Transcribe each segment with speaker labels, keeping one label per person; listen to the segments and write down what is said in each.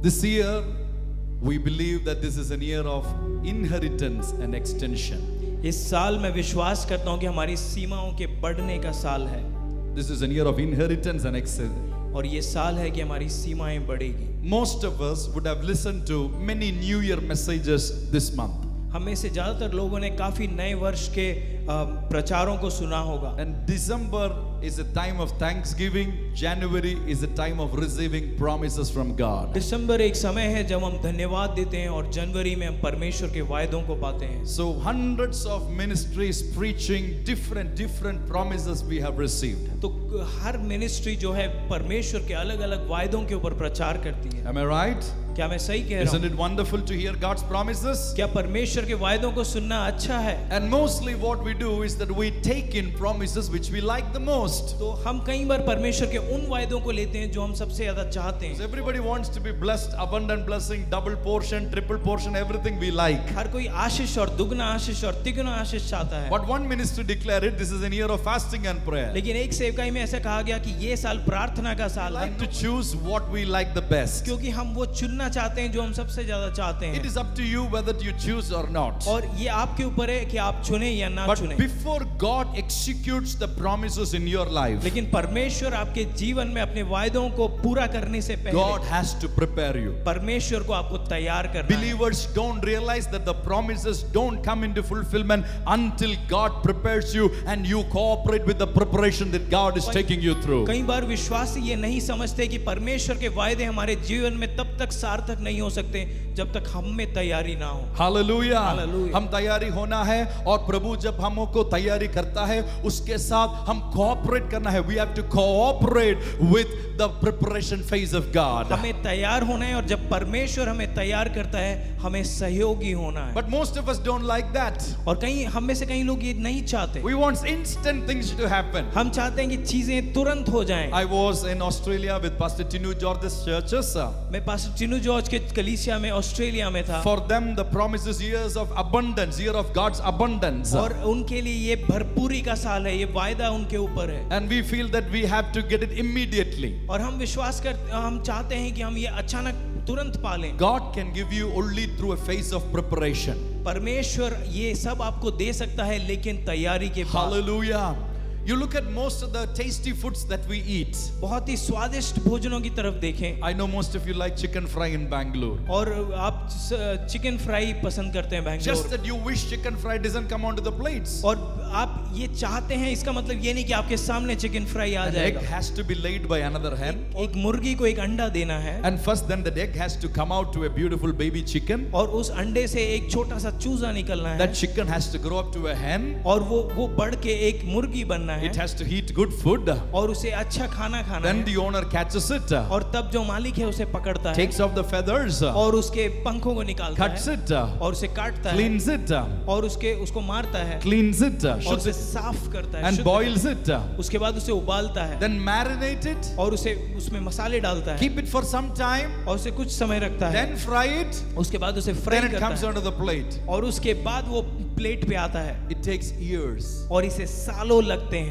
Speaker 1: This year, we believe that this is an year of inheritance and extension.
Speaker 2: इस साल मैं विश्वास करता हूँ कि हमारी सीमाओं के बढ़ने का साल है
Speaker 1: This is a year of inheritance and extension.
Speaker 2: और ये साल है कि हमारी सीमाएं बढ़ेगी
Speaker 1: Most of us would have listened to many New Year messages this month.
Speaker 2: हम में से ज़्यादातर लोगों ने काफ़ी नए वर्ष के अ, प्रचारों को सुना होगा
Speaker 1: And December is a time of thanksgiving, January is a time of receiving promises from God.
Speaker 2: दिसंबर एक समय है जब हम धन्यवाद देते हैं और जनवरी में हम परमेश्वर के वायदों को पाते हैं
Speaker 1: So hundreds of ministries preaching different different promises we have received.
Speaker 2: तो हर मिनिस्ट्री जो है परमेश्वर के अलग अलग वायदों के ऊपर प्रचार करती है
Speaker 1: Am I right?
Speaker 2: क्या मैं सही कह रहा
Speaker 1: Isn't
Speaker 2: हूँ
Speaker 1: it wonderful to hear God's promises?
Speaker 2: क्या परमेश्वर के वायदों को सुनना अच्छा है
Speaker 1: And mostly what we do is that we take in promises which we like the most.
Speaker 2: तो हम कई बार परमेश्वर के उन वायदों को लेते हैं जो हम सबसे ज्यादा चाहते
Speaker 1: So
Speaker 2: हैं
Speaker 1: everybody wants to be blessed, abundant blessing, double portion, triple portion, everything we like.
Speaker 2: हर कोई आशीष और दुगना आशीष और तिगुना आशीष चाहता है
Speaker 1: But one ministry declared it this is an year of fasting and prayer.
Speaker 2: लेकिन एक सेवकाई में ऐसा कहा गया कि ये साल प्रार्थना का
Speaker 1: We
Speaker 2: साल है
Speaker 1: like to choose what we like the best.
Speaker 2: क्योंकि हम वो चुनना चाहते हैं जो हम सबसे ज्यादा चाहते
Speaker 1: It
Speaker 2: हैं
Speaker 1: is up to you whether you choose or not.
Speaker 2: और ये आपके ऊपर है कि आप चुने या ना
Speaker 1: But
Speaker 2: चुने
Speaker 1: before God executes the promises in your life,
Speaker 2: लेकिन परमेश्वर आपके जीवन में अपने वायदों को पूरा करने से
Speaker 1: God
Speaker 2: पहले
Speaker 1: has to prepare you.
Speaker 2: परमेश्वर को आपको तैयार करना है।
Speaker 1: Believers don't realize that the promises don't come into fulfillment until God prepares you and you cooperate with the preparation that God is taking you through.
Speaker 2: कई बार विश्वासी ये नहीं समझते कि परमेश्वर के वायदे हमारे जीवन में तब तक सार्थक नहीं हो सकते जब तक हम में तैयारी ना हो
Speaker 1: हालेलुया
Speaker 2: Hallelujah.
Speaker 1: हम तैयारी होना है और प्रभु जब हमको तैयारी करता है उसके साथ हम कोऑपरेट करना है we have to cooperate with the preparation phase of God
Speaker 2: हमें तैयार होना है और जब परमेश्वर हमें तैयार करता है हमें सहयोगी होना है
Speaker 1: but most of us don't like that
Speaker 2: और कहीं हम में से कई लोग ये नहीं चाहते
Speaker 1: we wants instant things to happen
Speaker 2: हम चाहते हैं कि चीजें तुरंत हो जाएं
Speaker 1: I was in Australia with Pastor Tinu George's churches. uh,
Speaker 2: मैं पास्टर चिनू जॉर्ज के कलीसिया में ऑस्ट्रेलिया में था
Speaker 1: For them, the promises years of abundance, year of God's abundance.
Speaker 2: और उनके लिए ये भरपूरी का साल है ये वायदा उनके ऊपर है
Speaker 1: And we feel that we have to get it immediately.
Speaker 2: और हम विश्वास कर हम चाहते हैं कि हम ये अचानक तुरंत पालें
Speaker 1: God can give you only through a phase of preparation.
Speaker 2: परमेश्वर ये सब आपको दे सकता है लेकिन तैयारी के बाद
Speaker 1: Hallelujah. You look at most of the tasty foods that we eat.
Speaker 2: बहुत ही स्वादिष्ट भोजनों की तरफ देखें
Speaker 1: I know most of you like chicken fry in Bangalore.
Speaker 2: और आप स- चिकन फ्राई पसंद करते हैं
Speaker 1: Just
Speaker 2: Bangalore
Speaker 1: that you wish chicken fry doesn't come onto the plates.
Speaker 2: और आप ये चाहते हैं इसका मतलब ये नहीं कि आपके सामने चिकन फ्राई आ
Speaker 1: An egg
Speaker 2: जाएगा
Speaker 1: has to be laid by another hen.
Speaker 2: एक मुर्गी को एक अंडा देना है
Speaker 1: And first, then the egg has to come out to a beautiful baby chicken.
Speaker 2: और उस अंडे से एक छोटा सा चूजा निकलना है
Speaker 1: That chicken has to grow up to a hen.
Speaker 2: और वो वो बढ़ के एक मुर्गी बनना है
Speaker 1: It has to eat good food.
Speaker 2: और उसे अच्छा खाना खाना
Speaker 1: Then
Speaker 2: है
Speaker 1: the owner catches it, uh,
Speaker 2: और तब जो मालिक है उसे पकड़ता है
Speaker 1: takes off the feathers, uh,
Speaker 2: और उसके पंखों को निकालता
Speaker 1: cuts
Speaker 2: है
Speaker 1: it, uh,
Speaker 2: और उसे काटता है
Speaker 1: cleans it, uh,
Speaker 2: और उसके उसको मारता है
Speaker 1: cleans it, uh,
Speaker 2: और
Speaker 1: shoots
Speaker 2: उसे
Speaker 1: it,
Speaker 2: साफ करता है
Speaker 1: and
Speaker 2: शुद्ध
Speaker 1: boils it. uh,
Speaker 2: करता है। उसके बाद उसे उबालता है
Speaker 1: Then marinate it.
Speaker 2: और उसे उसमें मसाले डालता है
Speaker 1: keep it for some time,
Speaker 2: और उसे कुछ समय रखता है
Speaker 1: then fry it,
Speaker 2: उसके बाद उसे
Speaker 1: then
Speaker 2: फ्राई
Speaker 1: it
Speaker 2: करता
Speaker 1: comes
Speaker 2: है
Speaker 1: onto the plate.
Speaker 2: और उसके बाद वो प्लेट पे आता है
Speaker 1: It takes years
Speaker 2: और इसे सालों लगते हैं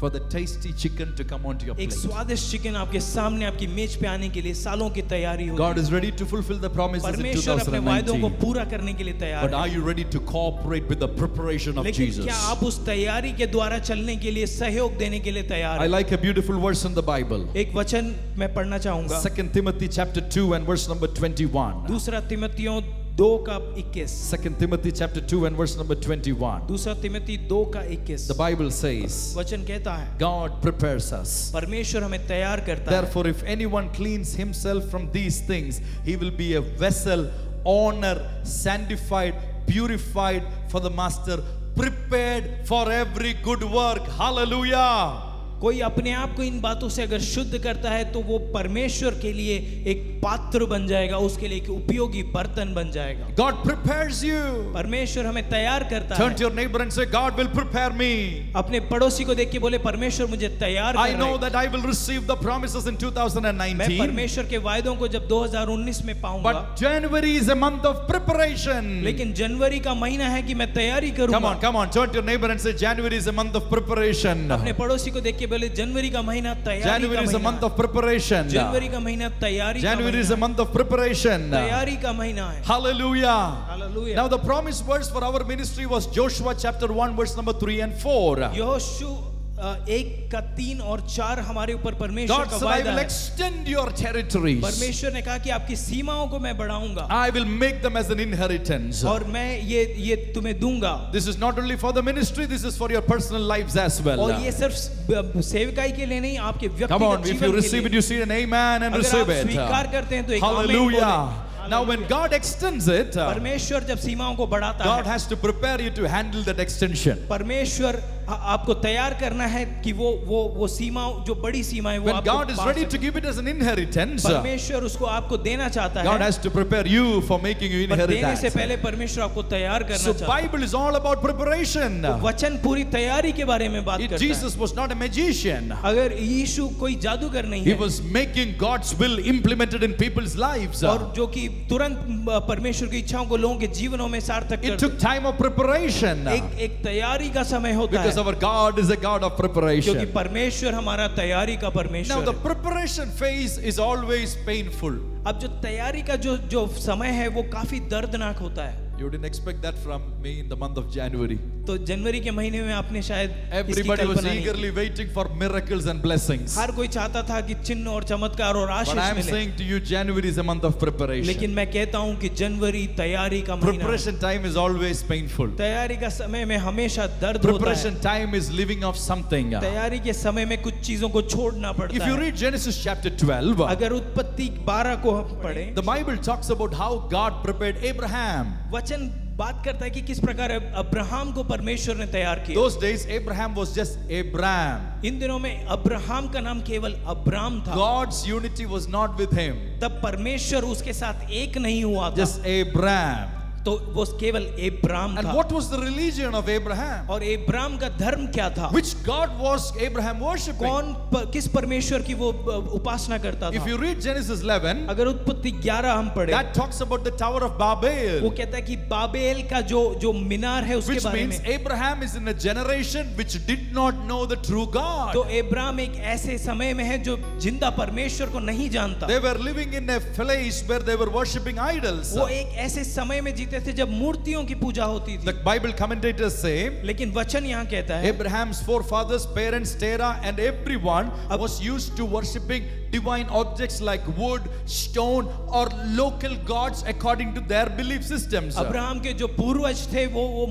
Speaker 1: for the tasty chicken to come onto your
Speaker 2: एक
Speaker 1: plate.
Speaker 2: स्वादिष्ट चिकन आपके सामने आपकी मेज पे आने के लिए सालों की तैयारी होती
Speaker 1: God is ready to fulfill the promises in
Speaker 2: परमेश्वर अपने वायदों को
Speaker 1: 2019.
Speaker 2: पूरा करने के लिए
Speaker 1: But
Speaker 2: तैयार है
Speaker 1: are you ready to cooperate with the preparation of
Speaker 2: लेकिन
Speaker 1: Jesus?
Speaker 2: क्या आप उस तैयारी के द्वारा चलने के लिए सहयोग देने के लिए तैयार
Speaker 1: I
Speaker 2: हैं?
Speaker 1: like a beautiful verse in the Bible.
Speaker 2: एक वचन मैं पढ़ना चाहूंगा
Speaker 1: 2 Timothy chapter 2 and verse number 21.
Speaker 2: दूसरा तिमतियों दो का इक्कीस
Speaker 1: 2 Timothy chapter 2 and verse number 21.
Speaker 2: दूसरा तिमती दो का इक्कीस
Speaker 1: The Bible says,
Speaker 2: वचन कहता है
Speaker 1: God prepares us.
Speaker 2: परमेश्वर हमें तैयार करता है
Speaker 1: Therefore, if anyone cleans himself from these things, he will be a vessel, honored, sanctified, purified for the master, prepared for every good work. Hallelujah.
Speaker 2: कोई अपने आप को इन बातों से अगर शुद्ध करता है तो वो परमेश्वर के लिए एक पात्र बन जाएगा उसके लिए एक उपयोगी बर्तन बन जाएगा
Speaker 1: God prepares you.
Speaker 2: परमेश्वर हमें तैयार करता
Speaker 1: Turn
Speaker 2: है
Speaker 1: to your neighbor and say, God will prepare me.
Speaker 2: अपने पड़ोसी को देख के बोले परमेश्वर मुझे तैयार
Speaker 1: I
Speaker 2: कर रहा
Speaker 1: know
Speaker 2: है
Speaker 1: that I will receive the promises in
Speaker 2: मैं
Speaker 1: 2019.
Speaker 2: परमेश्वर के वायदों को जब 2019 में पाऊंगा
Speaker 1: But Hmm. January is a month of preparation.
Speaker 2: लेकिन जनवरी का महीना है कि मैं तैयारी
Speaker 1: Come
Speaker 2: करूंगा
Speaker 1: on, come on. Turn to your neighbor and say, January is a month of preparation.
Speaker 2: अपने पड़ोसी को देख के के बोले जनवरी का महीना तैयारी का
Speaker 1: January is a month
Speaker 2: महीना
Speaker 1: of preparation.
Speaker 2: जनवरी का महीना तैयारी का
Speaker 1: January is a
Speaker 2: महीना
Speaker 1: month of preparation.
Speaker 2: तैयारी का महीना है
Speaker 1: Hallelujah.
Speaker 2: Hallelujah
Speaker 1: Now the promised verse for our ministry was Joshua chapter 1 verse number 3 and 4.
Speaker 2: यहोशू अ, एक का तीन और चार हमारे ऊपर परमेश्वर
Speaker 1: God
Speaker 2: का
Speaker 1: said, I
Speaker 2: वायदा
Speaker 1: will
Speaker 2: है
Speaker 1: extend your territories.
Speaker 2: परमेश्वर ने कहा कि आपकी सीमाओं को मैं बढ़ाऊंगा
Speaker 1: I will make them as an inheritance.
Speaker 2: और मैं ये ये तुम्हें दूंगा
Speaker 1: This is not only for the ministry, this is for your personal lives as
Speaker 2: और
Speaker 1: well.
Speaker 2: ये सिर्फ ब- सेवकाई के लिए नहीं आपके
Speaker 1: Come on,
Speaker 2: व्यक्तिगत
Speaker 1: if you
Speaker 2: जीवन के
Speaker 1: receive it,
Speaker 2: लिए
Speaker 1: you see an amen and
Speaker 2: अगर
Speaker 1: receive
Speaker 2: आप
Speaker 1: it. हाँ।
Speaker 2: स्वीकार करते हैं तो एक आमीन
Speaker 1: Hallelujah.
Speaker 2: बोलें।
Speaker 1: Now, when God extends it,
Speaker 2: परमेश्वर जब सीमाओं को बढ़ाता
Speaker 1: God
Speaker 2: है
Speaker 1: has to prepare you to handle that extension.
Speaker 2: परमेश्वर आ- आपको तैयार करना है कि वो वो वो सीमा जो बड़ी सीमा है वो
Speaker 1: When
Speaker 2: आपको
Speaker 1: God is
Speaker 2: पार
Speaker 1: ready
Speaker 2: कर-
Speaker 1: to give it as an inheritance,
Speaker 2: परमेश्वर उसको आपको देना चाहता
Speaker 1: God
Speaker 2: है
Speaker 1: has to prepare you for making you
Speaker 2: पर
Speaker 1: inherit
Speaker 2: देने से
Speaker 1: that.
Speaker 2: पहले परमेश्वर आपको तैयार करना
Speaker 1: So
Speaker 2: चाहता है तो
Speaker 1: Bible is all about preparation.
Speaker 2: वचन पूरी तैयारी के बारे में बात
Speaker 1: It-
Speaker 2: करता है
Speaker 1: Jesus was not a magician.
Speaker 2: अगर यीशु कोई जादूगर नहीं
Speaker 1: He
Speaker 2: है
Speaker 1: was making God's will implemented in people's lives.
Speaker 2: और जो कि तुरंत परमेश्वर की इच्छाओं को लोगों के जीवनों में सार्थक
Speaker 1: It
Speaker 2: कर
Speaker 1: took time of preparation.
Speaker 2: एक एक तैयारी का समय होता
Speaker 1: Because
Speaker 2: है
Speaker 1: our God is a God of
Speaker 2: क्योंकि
Speaker 1: preparation.
Speaker 2: परमेश्वर हमारा तैयारी का
Speaker 1: Now
Speaker 2: परमेश्वर
Speaker 1: the
Speaker 2: है।
Speaker 1: preparation phase is always painful.
Speaker 2: अब जो तैयारी का जो जो समय है वो काफी दर्दनाक होता है
Speaker 1: You didn't expect that from me in the month of January.
Speaker 2: तो जनवरी के महीने में आपने शायद इसकी
Speaker 1: Everybody was
Speaker 2: कल्पना नहीं की।
Speaker 1: eagerly waiting for miracles and blessings.
Speaker 2: हर कोई चाहता था कि चिन्ह और चमत्कार और
Speaker 1: But I am
Speaker 2: आशीष मिले
Speaker 1: saying to you, January is a month of preparation.
Speaker 2: लेकिन मैं कहता हूं कि जनवरी तैयारी का महीना है।
Speaker 1: Preparation time is always painful.
Speaker 2: तैयारी का समय में हमेशा दर्द होता है
Speaker 1: Preparation time is living off something.
Speaker 2: तैयारी के समय में कुछ चीजों को छोड़ना
Speaker 1: If
Speaker 2: पड़ता
Speaker 1: you
Speaker 2: है
Speaker 1: read Genesis chapter 12,
Speaker 2: अगर उत्पत्ति 12 को हम पढ़ें
Speaker 1: the Bible talks about how God prepared Abraham.
Speaker 2: वचन बात करता है कि किस प्रकार अब- अब्राहम को परमेश्वर ने तैयार किया
Speaker 1: Those days, Abraham was just Abraham.
Speaker 2: इन दिनों में अब्राहम का नाम केवल अब्राम था
Speaker 1: God's unity was not with him,
Speaker 2: तब परमेश्वर उसके साथ एक नहीं हुआ था
Speaker 1: just Abraham.
Speaker 2: तो वो केवल अब्राम
Speaker 1: And
Speaker 2: था
Speaker 1: what was the religion of Abraham?
Speaker 2: और अब्राम का धर्म क्या था
Speaker 1: Which God was Abraham worshipping?
Speaker 2: कौन प- किस परमेश्वर की वो अ, उपासना करता
Speaker 1: If
Speaker 2: था
Speaker 1: you read Genesis 11,
Speaker 2: अगर उत्पत्ति 11 हम पढ़े
Speaker 1: that talks about the Tower of
Speaker 2: वो
Speaker 1: Babel,
Speaker 2: कहता है कि बाबेल का जो जो मीनार है उसके
Speaker 1: which
Speaker 2: बारे
Speaker 1: means
Speaker 2: में
Speaker 1: Abraham is in a generation which did not know the true
Speaker 2: तो
Speaker 1: God.
Speaker 2: अब्राम एक ऐसे समय में है जो जिंदा परमेश्वर को नहीं जानता
Speaker 1: They were living in a place where they were worshipping idols.
Speaker 2: वो एक ऐसे समय में जीते थे जब मूर्तियों की पूजा होती
Speaker 1: The
Speaker 2: थी
Speaker 1: Bible commentators say
Speaker 2: लेकिन वचन यहाँ कहता है
Speaker 1: Abraham's forefathers, parents, Terah, and everyone was used to worshipping divine objects like wood, stone, or local gods according to their belief systems.
Speaker 2: Abraham के जो पूर्वज थे वो वो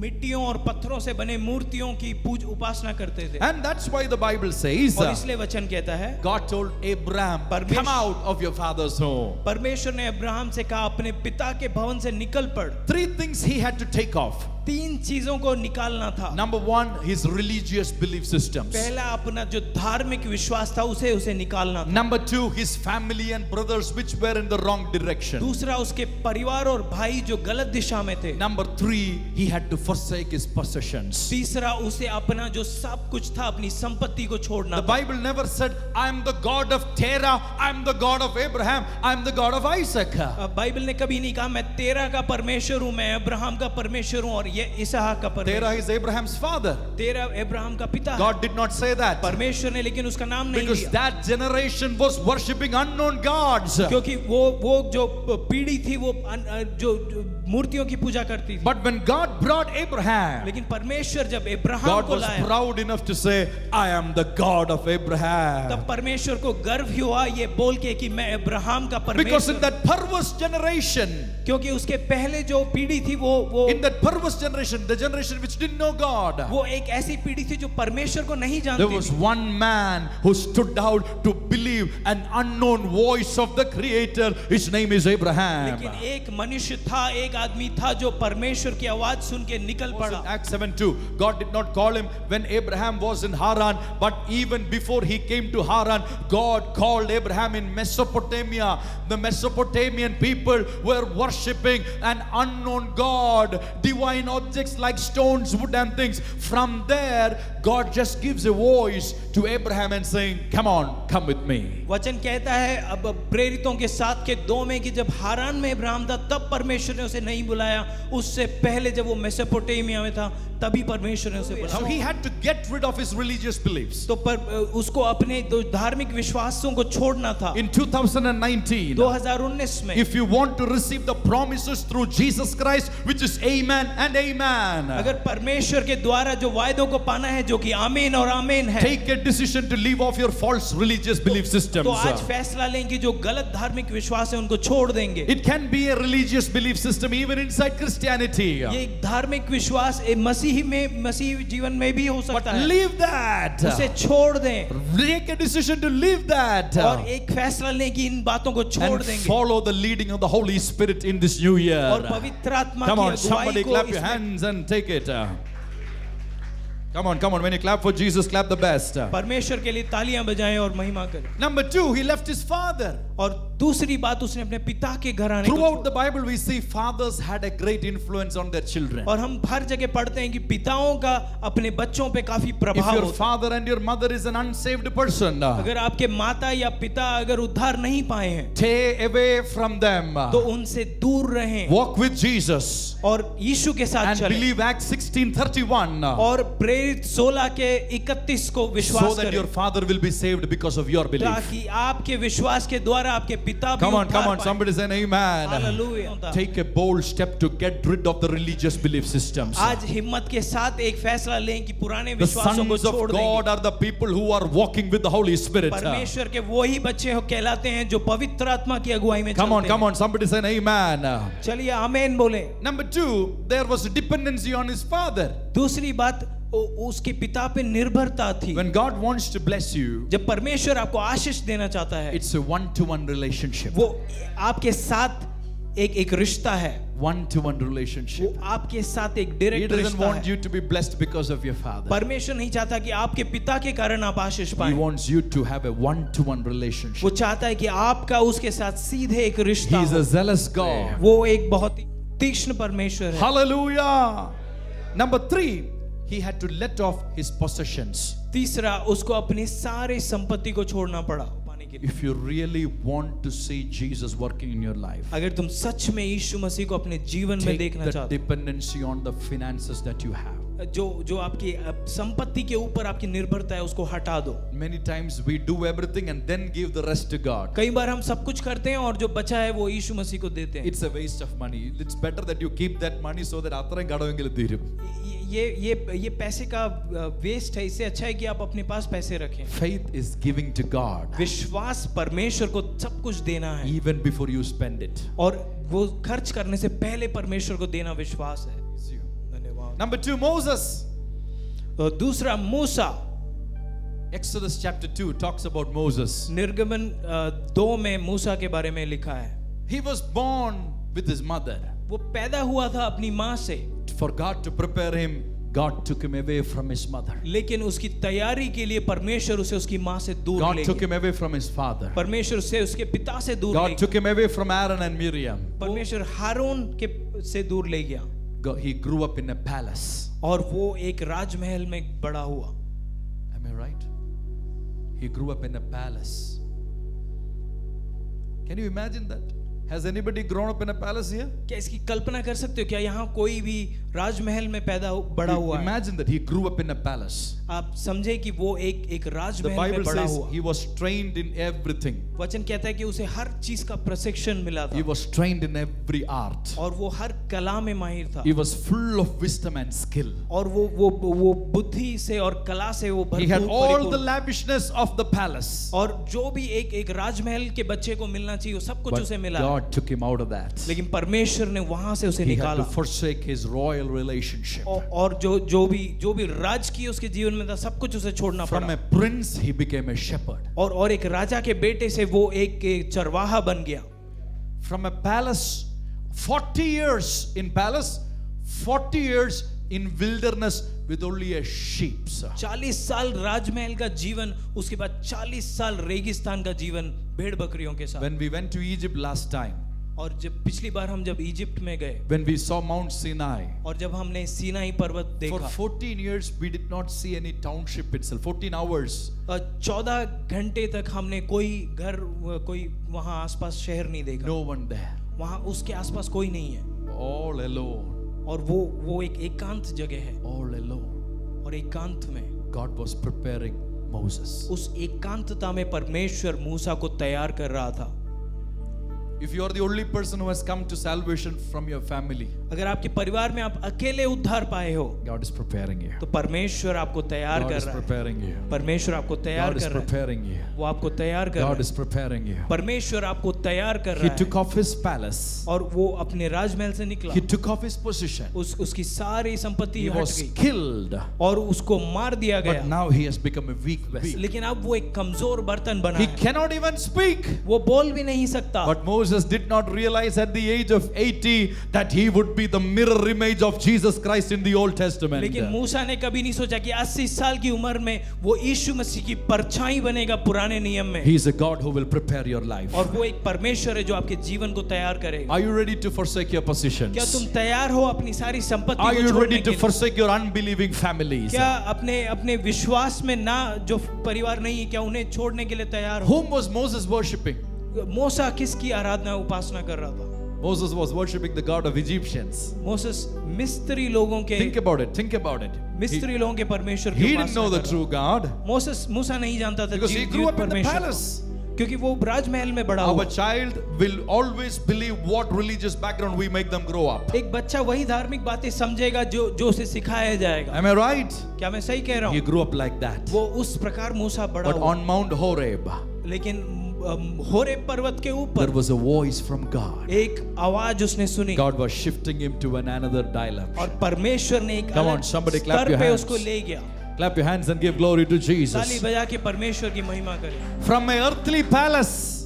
Speaker 2: मिट्टियों और पत्थरों से बने मूर्तियों की पूज उपासना करते थे
Speaker 1: And that's why the Bible says
Speaker 2: और इसलिए वचन कहता है
Speaker 1: God told Abraham,
Speaker 2: Parmesh-
Speaker 1: Come out of your father's home.
Speaker 2: परमेश्वर ने अब्राहम से कहा अपने पिता के भवन से निकल पड़
Speaker 1: Three things he had to take off.
Speaker 2: तीन चीजों को निकालना था
Speaker 1: Number one, his religious belief systems.
Speaker 2: पहला अपना जो धार्मिक विश्वास था उसे उसे निकालना था
Speaker 1: Number two, his family and brothers, which were in the wrong direction.
Speaker 2: दूसरा उसके परिवार और भाई जो गलत दिशा में थे
Speaker 1: Number three, he had to forsake his possessions.
Speaker 2: तीसरा उसे अपना जो सब कुछ था अपनी संपत्ति को छोड़ना
Speaker 1: The Bible never said, I'm the God of Terah, I'm the God of Abraham, I'm the God of Isaac.
Speaker 2: अब बाइबल ने कभी नहीं कहा मैं तेरा का परमेश्वर हूं मैं अब्राहम का परमेश्वर हूं और ये इसहाक का
Speaker 1: Terah
Speaker 2: परमेश्वर
Speaker 1: is Abraham's father.
Speaker 2: Terah Abraham का पिता है
Speaker 1: God did not say that.
Speaker 2: परमेश्वर ने लेकिन उसका नाम नहीं
Speaker 1: Because
Speaker 2: लिया
Speaker 1: that generation was worshipping unknown gods.
Speaker 2: क्योंकि वो वो जो पीढ़ी थी वो अन- अ, जो जो मूर्तियों की पूजा करती थी
Speaker 1: But when God brought Abraham,
Speaker 2: लेकिन परमेश्वर जब अब्राहम
Speaker 1: God
Speaker 2: को
Speaker 1: was
Speaker 2: लाया
Speaker 1: proud enough to say, I am the God of
Speaker 2: तब
Speaker 1: Abraham.
Speaker 2: परमेश्वर को गर्व ही हुआ ये बोल के कि मैं अब्राहम का
Speaker 1: Because in
Speaker 2: परमेश्वर
Speaker 1: that perverse generation,
Speaker 2: हूं। क्योंकि उसके पहले जो पीढ़ी थी वो वो
Speaker 1: in that perverse generation, the generation which didn't know God,
Speaker 2: वो एक ऐसी पीढ़ी थी जो परमेश्वर को नहीं
Speaker 1: there
Speaker 2: जानती
Speaker 1: was
Speaker 2: थी
Speaker 1: one man who stood out to believe an unknown voice of the Creator. His name is
Speaker 2: लेकिन
Speaker 1: Abraham.
Speaker 2: एक मनुष्य था एक आदमी था जो परमेश्वर की आवाज सुन के निकल
Speaker 1: Was in
Speaker 2: पड़ा
Speaker 1: Acts 7 2. God did not call him when Abraham was in Haran, but even before he came to Haran, God called Abraham in Mesopotamia. The Mesopotamian people were worshipping an unknown God, divine objects like stones, wood, and things. From there, God just gives a voice to Abraham and saying, Come on, come with me.
Speaker 2: वचन कहता है अब प्रेरितों के साथ के दो में कि जब हारान में इब्राहिम था तब परमेश्वर ने उसे नहीं बुलाया उससे पहले जब वो मेसोपोटामिया में था तभी परमेश्वर ने उसे
Speaker 1: Now
Speaker 2: बुलाया
Speaker 1: he had to get rid of his religious beliefs.
Speaker 2: तो पर उसको अपने दो धार्मिक विश्वासों को छोड़ना था
Speaker 1: In 2019,
Speaker 2: 2019 में
Speaker 1: if you want to receive the promises through Jesus Christ, which is Amen and Amen,
Speaker 2: अगर परमेश्वर के द्वारा जो वायदों को पाना है जो कि आमीन और आमीन है
Speaker 1: take a decision to leave off your false religious belief systems.
Speaker 2: तो आज फैसला लें कि जो गलत धार्मिक विश्वास है उनको छोड़ देंगे
Speaker 1: It can be a religious belief system even inside Christianity.
Speaker 2: ये एक धार्मिक विश्वास ए, मसीह में मसीह जीवन में भी हो सकता है
Speaker 1: Leave that.
Speaker 2: उसे छोड़ दें
Speaker 1: Make a decision to leave that.
Speaker 2: और एक फैसला लें कि इन बातों को छोड़
Speaker 1: And
Speaker 2: देंगे
Speaker 1: follow the leading of the Holy Spirit in this new
Speaker 2: और
Speaker 1: year.
Speaker 2: पवित्र आत्मा
Speaker 1: Come
Speaker 2: की
Speaker 1: on,
Speaker 2: अगुवाई
Speaker 1: somebody
Speaker 2: को
Speaker 1: clap your
Speaker 2: इसमें-
Speaker 1: hands and take it. Come on, come on. When you clap for Jesus, clap the best.
Speaker 2: परमेश्वर के लिए तालियां बजाएं और महिमा करें
Speaker 1: Number two, he left his father.
Speaker 2: और दूसरी बात उसने अपने पिता के घराने को
Speaker 1: Throughout
Speaker 2: छोड़ा।
Speaker 1: the Bible, we see fathers had a great influence on their children.
Speaker 2: और हम हर जगह पढ़ते हैं कि पिताओं का अपने बच्चों पे काफी
Speaker 1: If
Speaker 2: प्रभाव
Speaker 1: your
Speaker 2: होता
Speaker 1: father and your mother is an unsaved person,
Speaker 2: है अगर आपके माता या पिता अगर उद्धार नहीं पाए हैं
Speaker 1: stay away from them.
Speaker 2: तो उनसे दूर रहें
Speaker 1: Walk with Jesus
Speaker 2: और यीशु के साथ
Speaker 1: and
Speaker 2: चलें
Speaker 1: believe Acts 16:31
Speaker 2: और प्रेरित 16 के 31 को
Speaker 1: so
Speaker 2: विश्वास
Speaker 1: that
Speaker 2: करें
Speaker 1: your father will be saved because of your belief.
Speaker 2: ताकि आपके विश्वास के द्वारा आपके पिता भी
Speaker 1: Come on,
Speaker 2: उद्धार
Speaker 1: come on,
Speaker 2: पाएं।
Speaker 1: somebody say an amen.
Speaker 2: Hallelujah.
Speaker 1: Take a bold step to get rid of the religious belief systems.
Speaker 2: आज हिम्मत के साथ एक फैसला लें कि पुराने
Speaker 1: The
Speaker 2: विश्वासों को
Speaker 1: sons of
Speaker 2: छोड़ देंगे
Speaker 1: God are the people who are walking with the Holy Spirit.
Speaker 2: परमेश्वर के वो ही बच्चे हो कहलाते हैं जो पवित्र आत्मा की अगुवाई में
Speaker 1: Come on,
Speaker 2: चलते
Speaker 1: come
Speaker 2: हैं।
Speaker 1: on, somebody say an amen.
Speaker 2: चलिए आमेन बोले
Speaker 1: Number two, there was dependency on his father.
Speaker 2: दूसरी बात उ- उसके पिता पे निर्भरता थी
Speaker 1: When God wants to bless you,
Speaker 2: जब परमेश्वर आपको आशीष देना चाहता है
Speaker 1: it's a one to one relationship.
Speaker 2: वो आपके साथ एक एक रिश्ता है
Speaker 1: One to one
Speaker 2: वो
Speaker 1: relationship.
Speaker 2: आपके साथ एक
Speaker 1: He
Speaker 2: डायरेक्ट
Speaker 1: doesn't
Speaker 2: रिश्ता
Speaker 1: want
Speaker 2: है
Speaker 1: you to be blessed because of your father.
Speaker 2: परमेश्वर नहीं चाहता कि आपके पिता के कारण आप आशीष
Speaker 1: He
Speaker 2: पाए
Speaker 1: wants you to have a one to one
Speaker 2: वो
Speaker 1: relationship.
Speaker 2: चाहता है कि आपका उसके साथ सीधे एक रिश्ता
Speaker 1: He's
Speaker 2: हो।
Speaker 1: a zealous God.
Speaker 2: वो एक बहुत ही तीक्ष्ण परमेश्वर
Speaker 1: हाँ।
Speaker 2: है
Speaker 1: Hallelujah. Number three, he had to let off his possessions.
Speaker 2: तीसरा उसको अपनी सारी संपत्ति को छोड़ना पड़ा पाने के लिए
Speaker 1: If you really want to see Jesus working in your life,
Speaker 2: अगर तुम सच में यीशु मसीह को अपने जीवन में
Speaker 1: take
Speaker 2: देखना
Speaker 1: the
Speaker 2: चाहते
Speaker 1: dependency on the finances that you have.
Speaker 2: हो जो जो आपकी अ, संपत्ति के ऊपर आपकी निर्भरता है उसको हटा दो
Speaker 1: Many times we do everything and then give the rest to God.
Speaker 2: कई बार हम सब कुछ करते हैं और जो बचा है वो यीशु मसीह को देते हैं
Speaker 1: It's a waste of money. It's better that you keep that money so that അത്രയും കടമെങ്കിലും തീരും.
Speaker 2: ये- ये ये ये पैसे का वेस्ट है इससे अच्छा है कि आप अपने पास पैसे रखें
Speaker 1: Faith is giving to God
Speaker 2: विश्वास परमेश्वर को सब कुछ देना है
Speaker 1: even before you spend it.
Speaker 2: और वो खर्च करने से पहले परमेश्वर को देना विश्वास है धन्यवाद
Speaker 1: Number two, Moses.
Speaker 2: और दूसरा मूसा
Speaker 1: Exodus chapter 2 talks about Moses.
Speaker 2: निर्गमन अ, दो में मूसा के बारे में लिखा है
Speaker 1: He was born with his mother.
Speaker 2: वो पैदा हुआ था अपनी माँ से
Speaker 1: For God to prepare him, God took him away from his mother.
Speaker 2: लेकिन उसकी तैयारी के लिए परमेश्वर उसे उसकी माँ से दूर
Speaker 1: God
Speaker 2: ले
Speaker 1: took
Speaker 2: गया
Speaker 1: him away from his father.
Speaker 2: परमेश्वर उसे उसके पिता से दूर ले
Speaker 1: God
Speaker 2: गया
Speaker 1: took him away from Aaron and Miriam.
Speaker 2: परमेश्वर हारून के से दूर ले गया
Speaker 1: God, he grew up in a palace.
Speaker 2: और वो एक राजमहल में बड़ा हुआ
Speaker 1: Am I right? He grew up in a palace. Can you imagine that? Has anybody grown up in a palace here?
Speaker 2: क्या इसकी कल्पना कर सकते हो क्या यहाँ कोई भी राजमहल में पैदा हु- बड़ा
Speaker 1: You
Speaker 2: हुआ है
Speaker 1: Imagine that he grew up in a palace.
Speaker 2: आप समझे कि वो एक एक
Speaker 1: The
Speaker 2: राजमहल में
Speaker 1: Bible
Speaker 2: बड़ा
Speaker 1: says
Speaker 2: हुआ
Speaker 1: he was trained in everything.
Speaker 2: वचन कहता है कि उसे हर चीज का प्रशिक्षण मिला
Speaker 1: He
Speaker 2: था
Speaker 1: was trained in every art.
Speaker 2: और वो हर कला में माहिर था
Speaker 1: He was full of wisdom and skill.
Speaker 2: और वो वो वो बुद्धि से और कला से वो
Speaker 1: He had
Speaker 2: भरपूर
Speaker 1: all the
Speaker 2: परिपूर्ण।
Speaker 1: lavishness of the palace.
Speaker 2: और जो भी एक एक राजमहल के बच्चे को मिलना चाहिए वो सब कुछ
Speaker 1: But
Speaker 2: उसे मिला
Speaker 1: God took him out of that.
Speaker 2: लेकिन परमेश्वर ने वहां से उसे
Speaker 1: He had to
Speaker 2: निकाला
Speaker 1: forsake his royal relationship.
Speaker 2: औ- और जो जो भी जो भी राज की उसके जीवन में था सब कुछ उसे छोड़ना
Speaker 1: From
Speaker 2: पड़ा
Speaker 1: a prince, he became a shepherd.
Speaker 2: और और एक राजा के बेटे से वो एक एक चरवाहा बन गया
Speaker 1: from a palace 40 years in palace 40 years in wilderness with only a sheep sir.
Speaker 2: 40 साल राजमहल का जीवन उसके बाद 40 साल रेगिस्तान का जीवन भेड़ बकरियों के साथ
Speaker 1: when we went to egypt last time
Speaker 2: और जब पिछली बार हम जब इजिप्ट में गए
Speaker 1: When we saw Mount Sinai,
Speaker 2: और जब हमने सीनाई पर्वत
Speaker 1: for
Speaker 2: देखा
Speaker 1: 14 years we did not see any township itself. 14 hours.
Speaker 2: चौदह घंटे तक हमने कोई घर व- कोई वहाँ आसपास शहर नहीं देखा
Speaker 1: No one there.
Speaker 2: वहाँ उसके आसपास कोई नहीं है
Speaker 1: All alone.
Speaker 2: और वो वो एक एकांत जगह है
Speaker 1: All alone.
Speaker 2: और एकांत में
Speaker 1: God was preparing Moses.
Speaker 2: उस एकांतता में परमेश्वर मूसा को तैयार कर रहा था
Speaker 1: If you are the only person who has come to salvation from your family,
Speaker 2: अगर आपके परिवार में आप अकेले उद्धार पाए हो
Speaker 1: God is preparing you.
Speaker 2: तो परमेश्वर आपको तैयार
Speaker 1: God
Speaker 2: कर
Speaker 1: is
Speaker 2: रहा है
Speaker 1: preparing you.
Speaker 2: परमेश्वर आपको तैयार
Speaker 1: God is
Speaker 2: कर रहा है
Speaker 1: preparing you.
Speaker 2: वो आपको तैयार कर रहा
Speaker 1: God is preparing you.
Speaker 2: है परमेश्वर आपको तैयार कर
Speaker 1: He
Speaker 2: रहा है
Speaker 1: took off his palace.
Speaker 2: और वो अपने राजमहल से निकला
Speaker 1: He took off his position.
Speaker 2: उस उसकी सारी संपत्ति
Speaker 1: He
Speaker 2: हट
Speaker 1: was
Speaker 2: गई
Speaker 1: killed.
Speaker 2: और उसको मार दिया
Speaker 1: But
Speaker 2: गया
Speaker 1: now he has become a weak vessel.
Speaker 2: लेकिन अब वो एक कमजोर बर्तन बना
Speaker 1: He
Speaker 2: है
Speaker 1: cannot even speak.
Speaker 2: वो बोल भी नहीं सकता
Speaker 1: But Moses did not realize at the age of 80 that he would be the mirror image of Jesus Christ in the Old Testament.
Speaker 2: लेकिन मूसा ने कभी नहीं सोचा कि 80 साल की उम्र में वो यीशु मसीह की परछाई बनेगा पुराने नियम में
Speaker 1: He is a God who will prepare your life.
Speaker 2: और वो एक परमेश्वर है जो आपके जीवन को तैयार करेगा
Speaker 1: Are you ready to forsake your
Speaker 2: क्या तुम
Speaker 1: positions?
Speaker 2: तैयार हो अपनी सारी संपत्ति
Speaker 1: Are
Speaker 2: को
Speaker 1: you
Speaker 2: छोड़ने
Speaker 1: ready
Speaker 2: के
Speaker 1: to
Speaker 2: लिए?
Speaker 1: forsake your unbelieving families?
Speaker 2: क्या अपने अपने विश्वास में ना जो परिवार नहीं है क्या उन्हें छोड़ने के लिए तैयार हो
Speaker 1: Whom was Moses worshipping?
Speaker 2: मूसा किसकी आराधना उपासना कर रहा था
Speaker 1: Moses was worshipping the God of Egyptians.
Speaker 2: Moses मिस्त्री लोगों के
Speaker 1: Think about it. Think about it. He,
Speaker 2: मिस्त्री लोगों के परमेश्वर
Speaker 1: he
Speaker 2: की
Speaker 1: didn't know the
Speaker 2: उपासना
Speaker 1: true God
Speaker 2: मोसेस मूसा नहीं जानता था
Speaker 1: because he
Speaker 2: जीवित
Speaker 1: grew up in the
Speaker 2: परमेश्वर को।
Speaker 1: palace. हाँ,
Speaker 2: क्योंकि वो राजमहल में बड़ा
Speaker 1: Our
Speaker 2: हुआ
Speaker 1: child will always believe what religious background we make them grow up.
Speaker 2: एक बच्चा वही धार्मिक बातें समझेगा जो जो उसे सिखाया जाएगा
Speaker 1: Am I right?
Speaker 2: क्या मैं सही कह रहा
Speaker 1: He
Speaker 2: हूँ
Speaker 1: grew up like that.
Speaker 2: वो उस प्रकार मूसा बड़ा
Speaker 1: But
Speaker 2: हुआ
Speaker 1: on Mount Horeb,
Speaker 2: लेकिन अम, होरे पर्वत के
Speaker 1: there
Speaker 2: ऊपर
Speaker 1: was a voice from God.
Speaker 2: एक आवाज उसने सुनी
Speaker 1: God was shifting him to another dimension.
Speaker 2: और परमेश्वर ने एक
Speaker 1: Come on,
Speaker 2: अलग
Speaker 1: somebody clap
Speaker 2: स्तर
Speaker 1: your
Speaker 2: पे
Speaker 1: hands.
Speaker 2: उसको ले गया
Speaker 1: Clap your hands and give glory to
Speaker 2: ताली
Speaker 1: Jesus.
Speaker 2: बजा के परमेश्वर की महिमा करें
Speaker 1: From an earthly palace,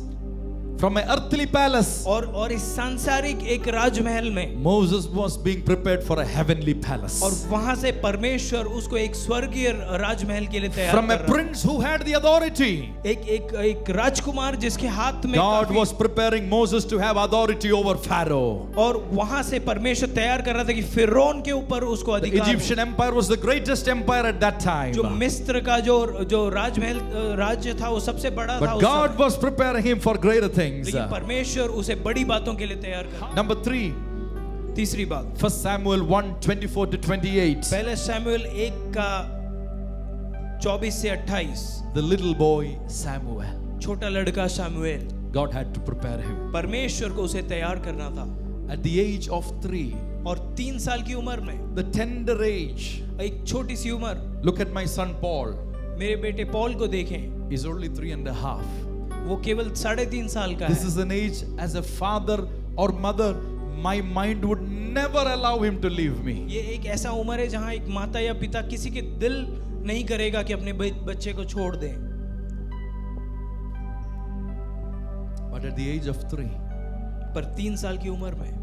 Speaker 1: from an earthly palace,
Speaker 2: और और इस सांसारिक एक राजमहल में
Speaker 1: Moses was being prepared for a heavenly
Speaker 2: और
Speaker 1: palace.
Speaker 2: वहां से परमेश्वर उसको एक स्वर्गीय राजमहल के लिए तैयार
Speaker 1: From
Speaker 2: कर
Speaker 1: a
Speaker 2: रहा
Speaker 1: prince who had the authority.
Speaker 2: है। एक एक एक राजकुमार जिसके हाथ में
Speaker 1: God
Speaker 2: काफी-
Speaker 1: was preparing Moses to have authority over Pharaoh.
Speaker 2: और वहां से परमेश्वर तैयार कर रहा था कि फिरौन के ऊपर उसको
Speaker 1: The
Speaker 2: अधिकार हो।
Speaker 1: Egyptian empire was the greatest empire at that time.
Speaker 2: जो मिस्र का जो जो राजमहल अ, राज्य था वो सबसे बड़ा था
Speaker 1: But
Speaker 2: उस
Speaker 1: God
Speaker 2: समय।
Speaker 1: was preparing him for greater things.
Speaker 2: लेकिन परमेश्वर उसे बड़ी बातों के लिए तैयार कर
Speaker 1: Number three,
Speaker 2: तीसरी बात
Speaker 1: 1 Samuel 1 24 to 28.
Speaker 2: पहले सैमुअल एक का 24 से 28
Speaker 1: The little boy Samuel.
Speaker 2: छोटा लड़का Samuel
Speaker 1: God had to prepare him.
Speaker 2: परमेश्वर को उसे तैयार करना था
Speaker 1: At the age of three,
Speaker 2: और तीन साल की उम्र में
Speaker 1: the tender age.
Speaker 2: एक छोटी सी उम्र
Speaker 1: Look at my son Paul.
Speaker 2: मेरे बेटे पॉल को देखें
Speaker 1: He's only three and a half.
Speaker 2: वो केवल साढ़े तीन साल का
Speaker 1: This
Speaker 2: है
Speaker 1: is an age as a father or mother, my mind would never allow him to leave me.
Speaker 2: ये एक ऐसा उम्र है जहाँ एक माता या पिता किसी के दिल नहीं करेगा कि अपने बच- बच्चे को छोड़ दें
Speaker 1: But at the age of three,
Speaker 2: पर तीन साल की उम्र में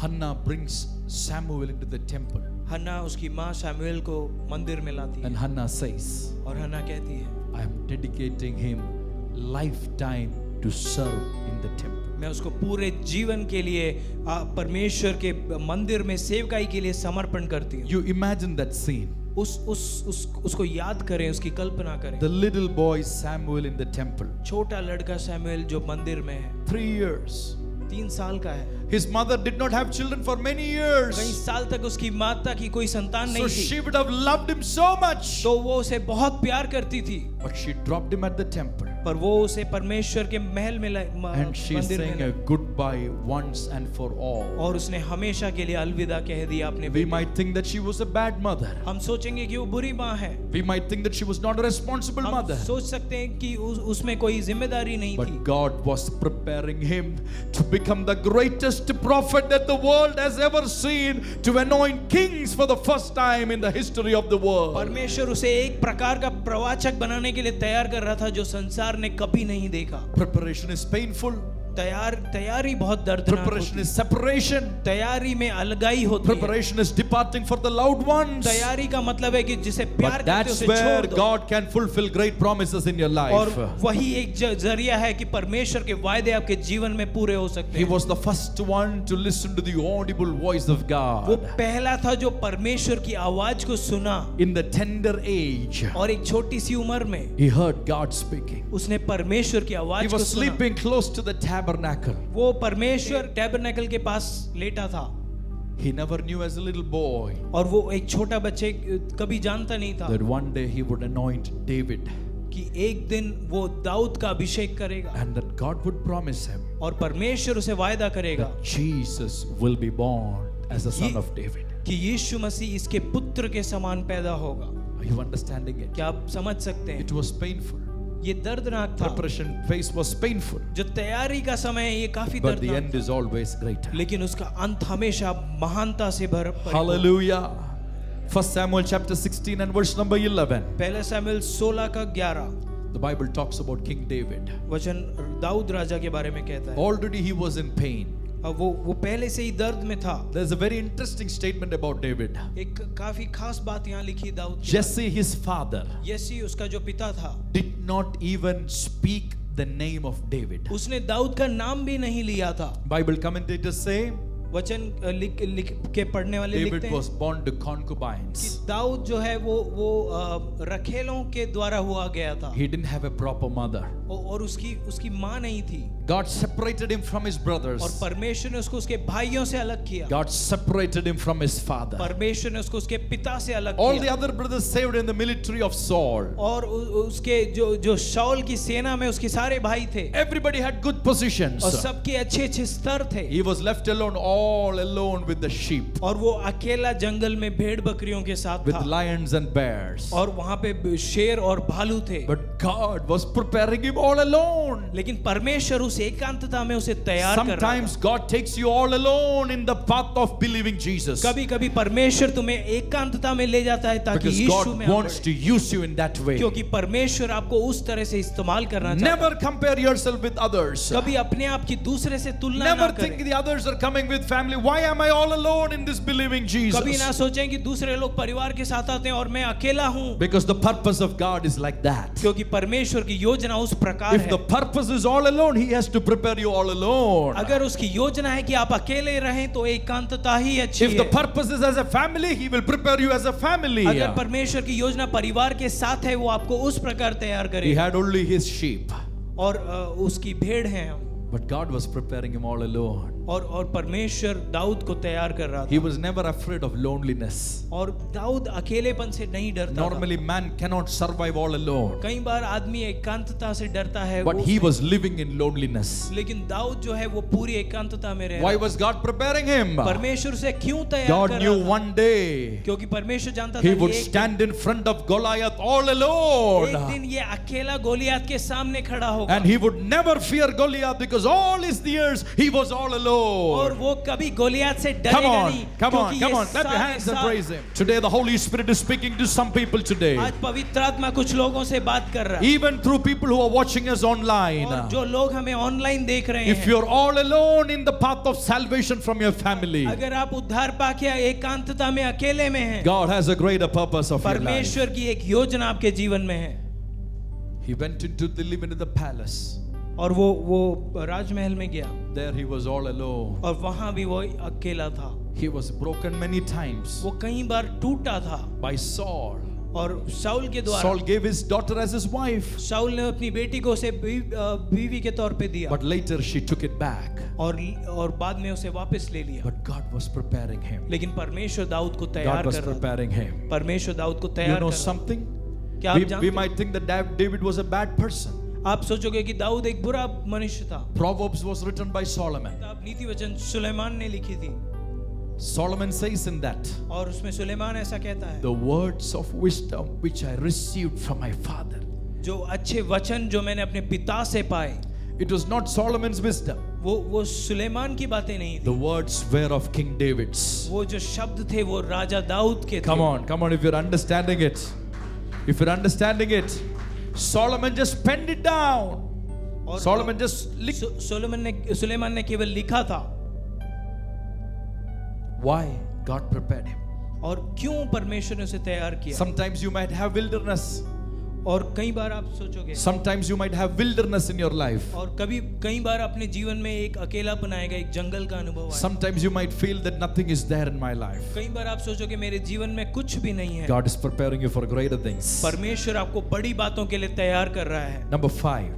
Speaker 1: Hannah brings Samuel into the temple.
Speaker 2: हन्ना उसकी माँ सैमुएल को मंदिर में लाती है
Speaker 1: And Hannah says,
Speaker 2: और हन्ना कहती है
Speaker 1: I am dedicating him lifetime to serve in the temple.
Speaker 2: मैं उसको पूरे जीवन के लिए आ, परमेश्वर के मंदिर में सेवकाई के लिए समर्पण करती हूँ
Speaker 1: You imagine that scene.
Speaker 2: उस उस उस उसको याद करें उसकी कल्पना करें
Speaker 1: The little boy Samuel in the temple.
Speaker 2: छोटा लड़का सैमुएल जो मंदिर में है
Speaker 1: Three years.
Speaker 2: तीन साल का है
Speaker 1: His mother did not have children for many
Speaker 2: कई
Speaker 1: years.
Speaker 2: साल तक उसकी माता की कोई संतान
Speaker 1: So
Speaker 2: नहीं थी
Speaker 1: she would have loved him so much.
Speaker 2: तो वो उसे बहुत प्यार करती थी
Speaker 1: But she dropped him at the temple.
Speaker 2: पर वो उसे परमेश्वर के महल में लाए- म-
Speaker 1: And she
Speaker 2: मंदिर में
Speaker 1: sang a goodbye once and for
Speaker 2: लाए।
Speaker 1: all.
Speaker 2: और उसने हमेशा के लिए अलविदा कह दिया अपने
Speaker 1: We
Speaker 2: बेटे को।
Speaker 1: might think that she was a bad mother.
Speaker 2: हम सोचेंगे कि वो बुरी माँ है
Speaker 1: We might think that she was not a responsible
Speaker 2: हम
Speaker 1: mother.
Speaker 2: सोच सकते हैं कि उस, उसमें कोई जिम्मेदारी नहीं
Speaker 1: But
Speaker 2: थी
Speaker 1: God was preparing him to become the greatest prophet that the world has ever seen, to anoint kings for the first time in the history of the world.
Speaker 2: परमेश्वर उसे एक प्रकार का प्रवाचक बनाने के लिए तैयार कर रहा था जो संसार ने कभी नहीं देखा
Speaker 1: Preparation is painful,
Speaker 2: तैयार तैयारी बहुत
Speaker 1: Preparation
Speaker 2: दर्द
Speaker 1: is separation.
Speaker 2: तैयारी में अलगाई होती है
Speaker 1: Preparation is departing for the loud ones.
Speaker 2: तैयारी का मतलब है कि जिसे प्यार
Speaker 1: But
Speaker 2: करते हो
Speaker 1: that's
Speaker 2: उसे
Speaker 1: where
Speaker 2: छोड़ दो
Speaker 1: God can fulfill great promises in your
Speaker 2: और
Speaker 1: life.
Speaker 2: वही एक ज- जरिया है कि परमेश्वर के वायदे आपके जीवन में पूरे हो सकते
Speaker 1: He
Speaker 2: हैं
Speaker 1: was the first one to listen to the audible voice of
Speaker 2: वो
Speaker 1: God.
Speaker 2: पहला था जो परमेश्वर की आवाज को सुना
Speaker 1: In the tender age,
Speaker 2: और एक छोटी सी उम्र में
Speaker 1: he heard God speaking.
Speaker 2: उसने परमेश्वर की
Speaker 1: He
Speaker 2: आवाज को
Speaker 1: was
Speaker 2: सुना
Speaker 1: sleeping close to the tabernacle.
Speaker 2: वो परमेश्वर टेबरनेकल के पास लेटा था
Speaker 1: He never knew as a little boy
Speaker 2: और वो एक छोटा बच्चे कभी जानता नहीं था
Speaker 1: that one day he would anoint David
Speaker 2: कि एक दिन वो दाऊद का अभिषेक करेगा
Speaker 1: and that God would promise him
Speaker 2: और परमेश्वर उसे वायदा करेगा
Speaker 1: that Jesus will be born as the son
Speaker 2: Ye-
Speaker 1: of David.
Speaker 2: कि यीशु मसीह इसके पुत्र के समान पैदा होगा
Speaker 1: Are you understanding it?
Speaker 2: क्या आप समझ सकते हैं
Speaker 1: It was painful.
Speaker 2: ये दर्दनाक था
Speaker 1: Preparation phase was painful,
Speaker 2: जो तैयारी का समय है ये काफी
Speaker 1: but the
Speaker 2: दर्दनाक
Speaker 1: end is always greater.
Speaker 2: था। लेकिन उसका अंत हमेशा महानता से भर भर-
Speaker 1: Hallelujah. First Samuel chapter 16 and verse number 11.
Speaker 2: पहला सामुएल 16 का 11
Speaker 1: The Bible talks about King David.
Speaker 2: वचन दाऊद राजा के बारे में कहता है
Speaker 1: Already he was in pain.
Speaker 2: अब वो वो पहले से ही दर्द में था
Speaker 1: There's a very interesting statement about David.
Speaker 2: एक काफी खास बात यहाँ लिखी है दाऊद की।
Speaker 1: Jesse, his father,
Speaker 2: यसी उसका जो पिता था
Speaker 1: did not even speak the name of David.
Speaker 2: उसने दाऊद का नाम भी नहीं लिया था
Speaker 1: Bible commentators say
Speaker 2: वचन अ, लिख, लिख के पढ़ने वाले
Speaker 1: David
Speaker 2: लिखते हैं
Speaker 1: was born to
Speaker 2: कि
Speaker 1: concubines.
Speaker 2: दाऊद जो है वो वो अ, रखेलों के द्वारा हुआ गया था
Speaker 1: He didn't have a proper mother.
Speaker 2: औ- और उसकी उसकी माँ नहीं थी
Speaker 1: God separated him from his
Speaker 2: और
Speaker 1: brothers.
Speaker 2: परमेश्वर ने उसको उसके भाइयों से अलग किया
Speaker 1: God separated him from his father.
Speaker 2: परमेश्वर ने उसको उसके पिता से अलग
Speaker 1: All the
Speaker 2: किया
Speaker 1: other brothers saved in the military of Saul.
Speaker 2: और उ, उ- उसके जो जो शाउल की सेना में उसके सारे भाई थे
Speaker 1: Everybody had good
Speaker 2: और
Speaker 1: positions.
Speaker 2: सबके अच्छे अच्छे स्तर थे
Speaker 1: He was left alone, all alone with the sheep,
Speaker 2: और वो अकेला जंगल में भेड़ बकरियों के साथ
Speaker 1: with
Speaker 2: था
Speaker 1: lions and bears.
Speaker 2: और वहां पे शेर और भालू थे
Speaker 1: But God was preparing him all alone.
Speaker 2: लेकिन परमेश्वर उस एकांतता में उसे तैयार कर रहा था
Speaker 1: Sometimes God takes you all alone in the path of believing Jesus.
Speaker 2: कभी कभी परमेश्वर तुम्हें एकांतता में ले जाता है ताकि
Speaker 1: Because
Speaker 2: यीशु
Speaker 1: God
Speaker 2: में
Speaker 1: wants
Speaker 2: आप
Speaker 1: to use you in that
Speaker 2: बढ़ें।
Speaker 1: way.
Speaker 2: क्योंकि परमेश्वर आपको उस तरह से इस्तेमाल करना चाहता है
Speaker 1: Never compare yourself with others.
Speaker 2: कभी अपने आप की दूसरे से तुलना ना
Speaker 1: Never think
Speaker 2: करें
Speaker 1: the others are coming with family. Why am I all alone in this believing
Speaker 2: कभी ना
Speaker 1: Jesus?
Speaker 2: सोचें कि दूसरे लोग परिवार के साथ आते हैं और मैं अकेला हूं
Speaker 1: Because the purpose of God is like that.
Speaker 2: क्योंकि परमेश्वर की योजना उस प्रकार
Speaker 1: If
Speaker 2: है
Speaker 1: the purpose is all alone, He has to prepare you all alone.
Speaker 2: अगर उसकी योजना है कि आप अकेले रहें तो एकांतता ही अच्छी
Speaker 1: If the
Speaker 2: है
Speaker 1: purpose is as a family, He will prepare you as a family.
Speaker 2: अगर परमेश्वर की योजना परिवार के साथ है वो आपको उस प्रकार तैयार
Speaker 1: He
Speaker 2: करे
Speaker 1: had only His sheep.
Speaker 2: और अ, उसकी भेड़ है हम
Speaker 1: But God was preparing him all alone.
Speaker 2: और और परमेश्वर दाऊद को तैयार कर रहा था
Speaker 1: He was never afraid of loneliness.
Speaker 2: और दाऊद अकेलेपन से नहीं डरता था।
Speaker 1: Normally, man cannot survive all alone.
Speaker 2: कई बार आदमी एकांतता से डरता है
Speaker 1: But
Speaker 2: वो-
Speaker 1: he was living in loneliness.
Speaker 2: लेकिन दाऊद जो है वो पूरी एकांतता में रह रहा
Speaker 1: Why was God preparing him?
Speaker 2: था। परमेश्वर से क्यों तैयार
Speaker 1: God
Speaker 2: कर
Speaker 1: knew
Speaker 2: रहा था?
Speaker 1: one day
Speaker 2: क्योंकि परमेश्वर जानता था
Speaker 1: he
Speaker 2: कि
Speaker 1: would
Speaker 2: एक-
Speaker 1: stand in front of Goliath all
Speaker 2: एक
Speaker 1: alone.
Speaker 2: दिन ये अकेला गोलियात के सामने खड़ा होगा
Speaker 1: And he would never fear Goliath because all his years he was all
Speaker 2: और
Speaker 1: alone.
Speaker 2: वो कभी गोलियात से
Speaker 1: Come
Speaker 2: डरेगा
Speaker 1: on,
Speaker 2: नहीं
Speaker 1: come on,
Speaker 2: क्योंकि
Speaker 1: come
Speaker 2: ये
Speaker 1: on. Clap your
Speaker 2: सारे
Speaker 1: hands and
Speaker 2: साथ-
Speaker 1: praise him. Today, the Holy Spirit is speaking to some people today.
Speaker 2: आज पवित्र आत्मा कुछ लोगों से बात कर रहा है
Speaker 1: Even through people who are watching us
Speaker 2: और
Speaker 1: online.
Speaker 2: जो लोग हमें ऑनलाइन देख रहे
Speaker 1: If
Speaker 2: हैं
Speaker 1: you're all alone in the path of salvation from your family,
Speaker 2: अगर आप उद्धार पाके एकांतता में अकेले में हैं
Speaker 1: God has a greater purpose of your life.
Speaker 2: परमेश्वर की एक योजना आपके जीवन में है
Speaker 1: He went into the living in the palace.
Speaker 2: और वो वो राजमहल में गया
Speaker 1: There he was all alone.
Speaker 2: और वहां भी वो अकेला था
Speaker 1: He was broken many times
Speaker 2: वो कई बार टूटा था
Speaker 1: by Saul.
Speaker 2: और शाउल के द्वारा
Speaker 1: Saul gave his daughter as his wife,
Speaker 2: Saul ने अपनी बेटी को उसे बी- अ, बीवी के तौर पे दिया
Speaker 1: but later she took it back.
Speaker 2: और और बाद में उसे वापस ले लिया
Speaker 1: But God was preparing him.
Speaker 2: लेकिन परमेश्वर दाऊद को
Speaker 1: God
Speaker 2: तैयार
Speaker 1: was
Speaker 2: कर रहा
Speaker 1: preparing him.
Speaker 2: था। परमेश्वर दाऊद को
Speaker 1: You
Speaker 2: तैयार
Speaker 1: know
Speaker 2: कर रहा
Speaker 1: something?
Speaker 2: था। क्या
Speaker 1: We,
Speaker 2: आप
Speaker 1: we
Speaker 2: जानते
Speaker 1: might think that Dav- David was a bad person.
Speaker 2: आप सोचोगे कि दाऊद एक बुरा मनुष्य था
Speaker 1: Proverbs was written by Solomon.
Speaker 2: आप नीति वचन सुलेमान ने लिखी थी
Speaker 1: Solomon says in that,
Speaker 2: और उसमें सुलेमान ऐसा कहता है
Speaker 1: the words of wisdom which I received from my father.
Speaker 2: जो अच्छे वचन जो मैंने अपने पिता से पाए
Speaker 1: It was not Solomon's wisdom,
Speaker 2: वो वो सुलेमान की बातें नहीं थी
Speaker 1: the words were of King David's.
Speaker 2: वो जो शब्द थे वो राजा दाऊद के
Speaker 1: Come
Speaker 2: थे
Speaker 1: on, come on, if you're understanding it. If you're understanding it, Solomon just penned it down.
Speaker 2: और
Speaker 1: Solomon just lick.
Speaker 2: सु- सोलोमन ने सुलेमान ने केवल लिखा था
Speaker 1: Why? God prepared him.
Speaker 2: और क्यों परमेश्वर ने उसे तैयार किया
Speaker 1: Sometimes you might have wilderness.
Speaker 2: और कई बार आप सोचोगे
Speaker 1: Sometimes you might have wilderness in your life.
Speaker 2: और कभी कई बार अपने जीवन में एक अकेला बनाएगा एक जंगल का अनुभव आएगा
Speaker 1: Sometimes you might feel that nothing is there in my life.
Speaker 2: कई बार आप सोचोगे मेरे जीवन में कुछ भी नहीं है
Speaker 1: God is preparing you for greater things.
Speaker 2: परमेश्वर आपको बड़ी बातों के लिए तैयार कर रहा है
Speaker 1: Number five,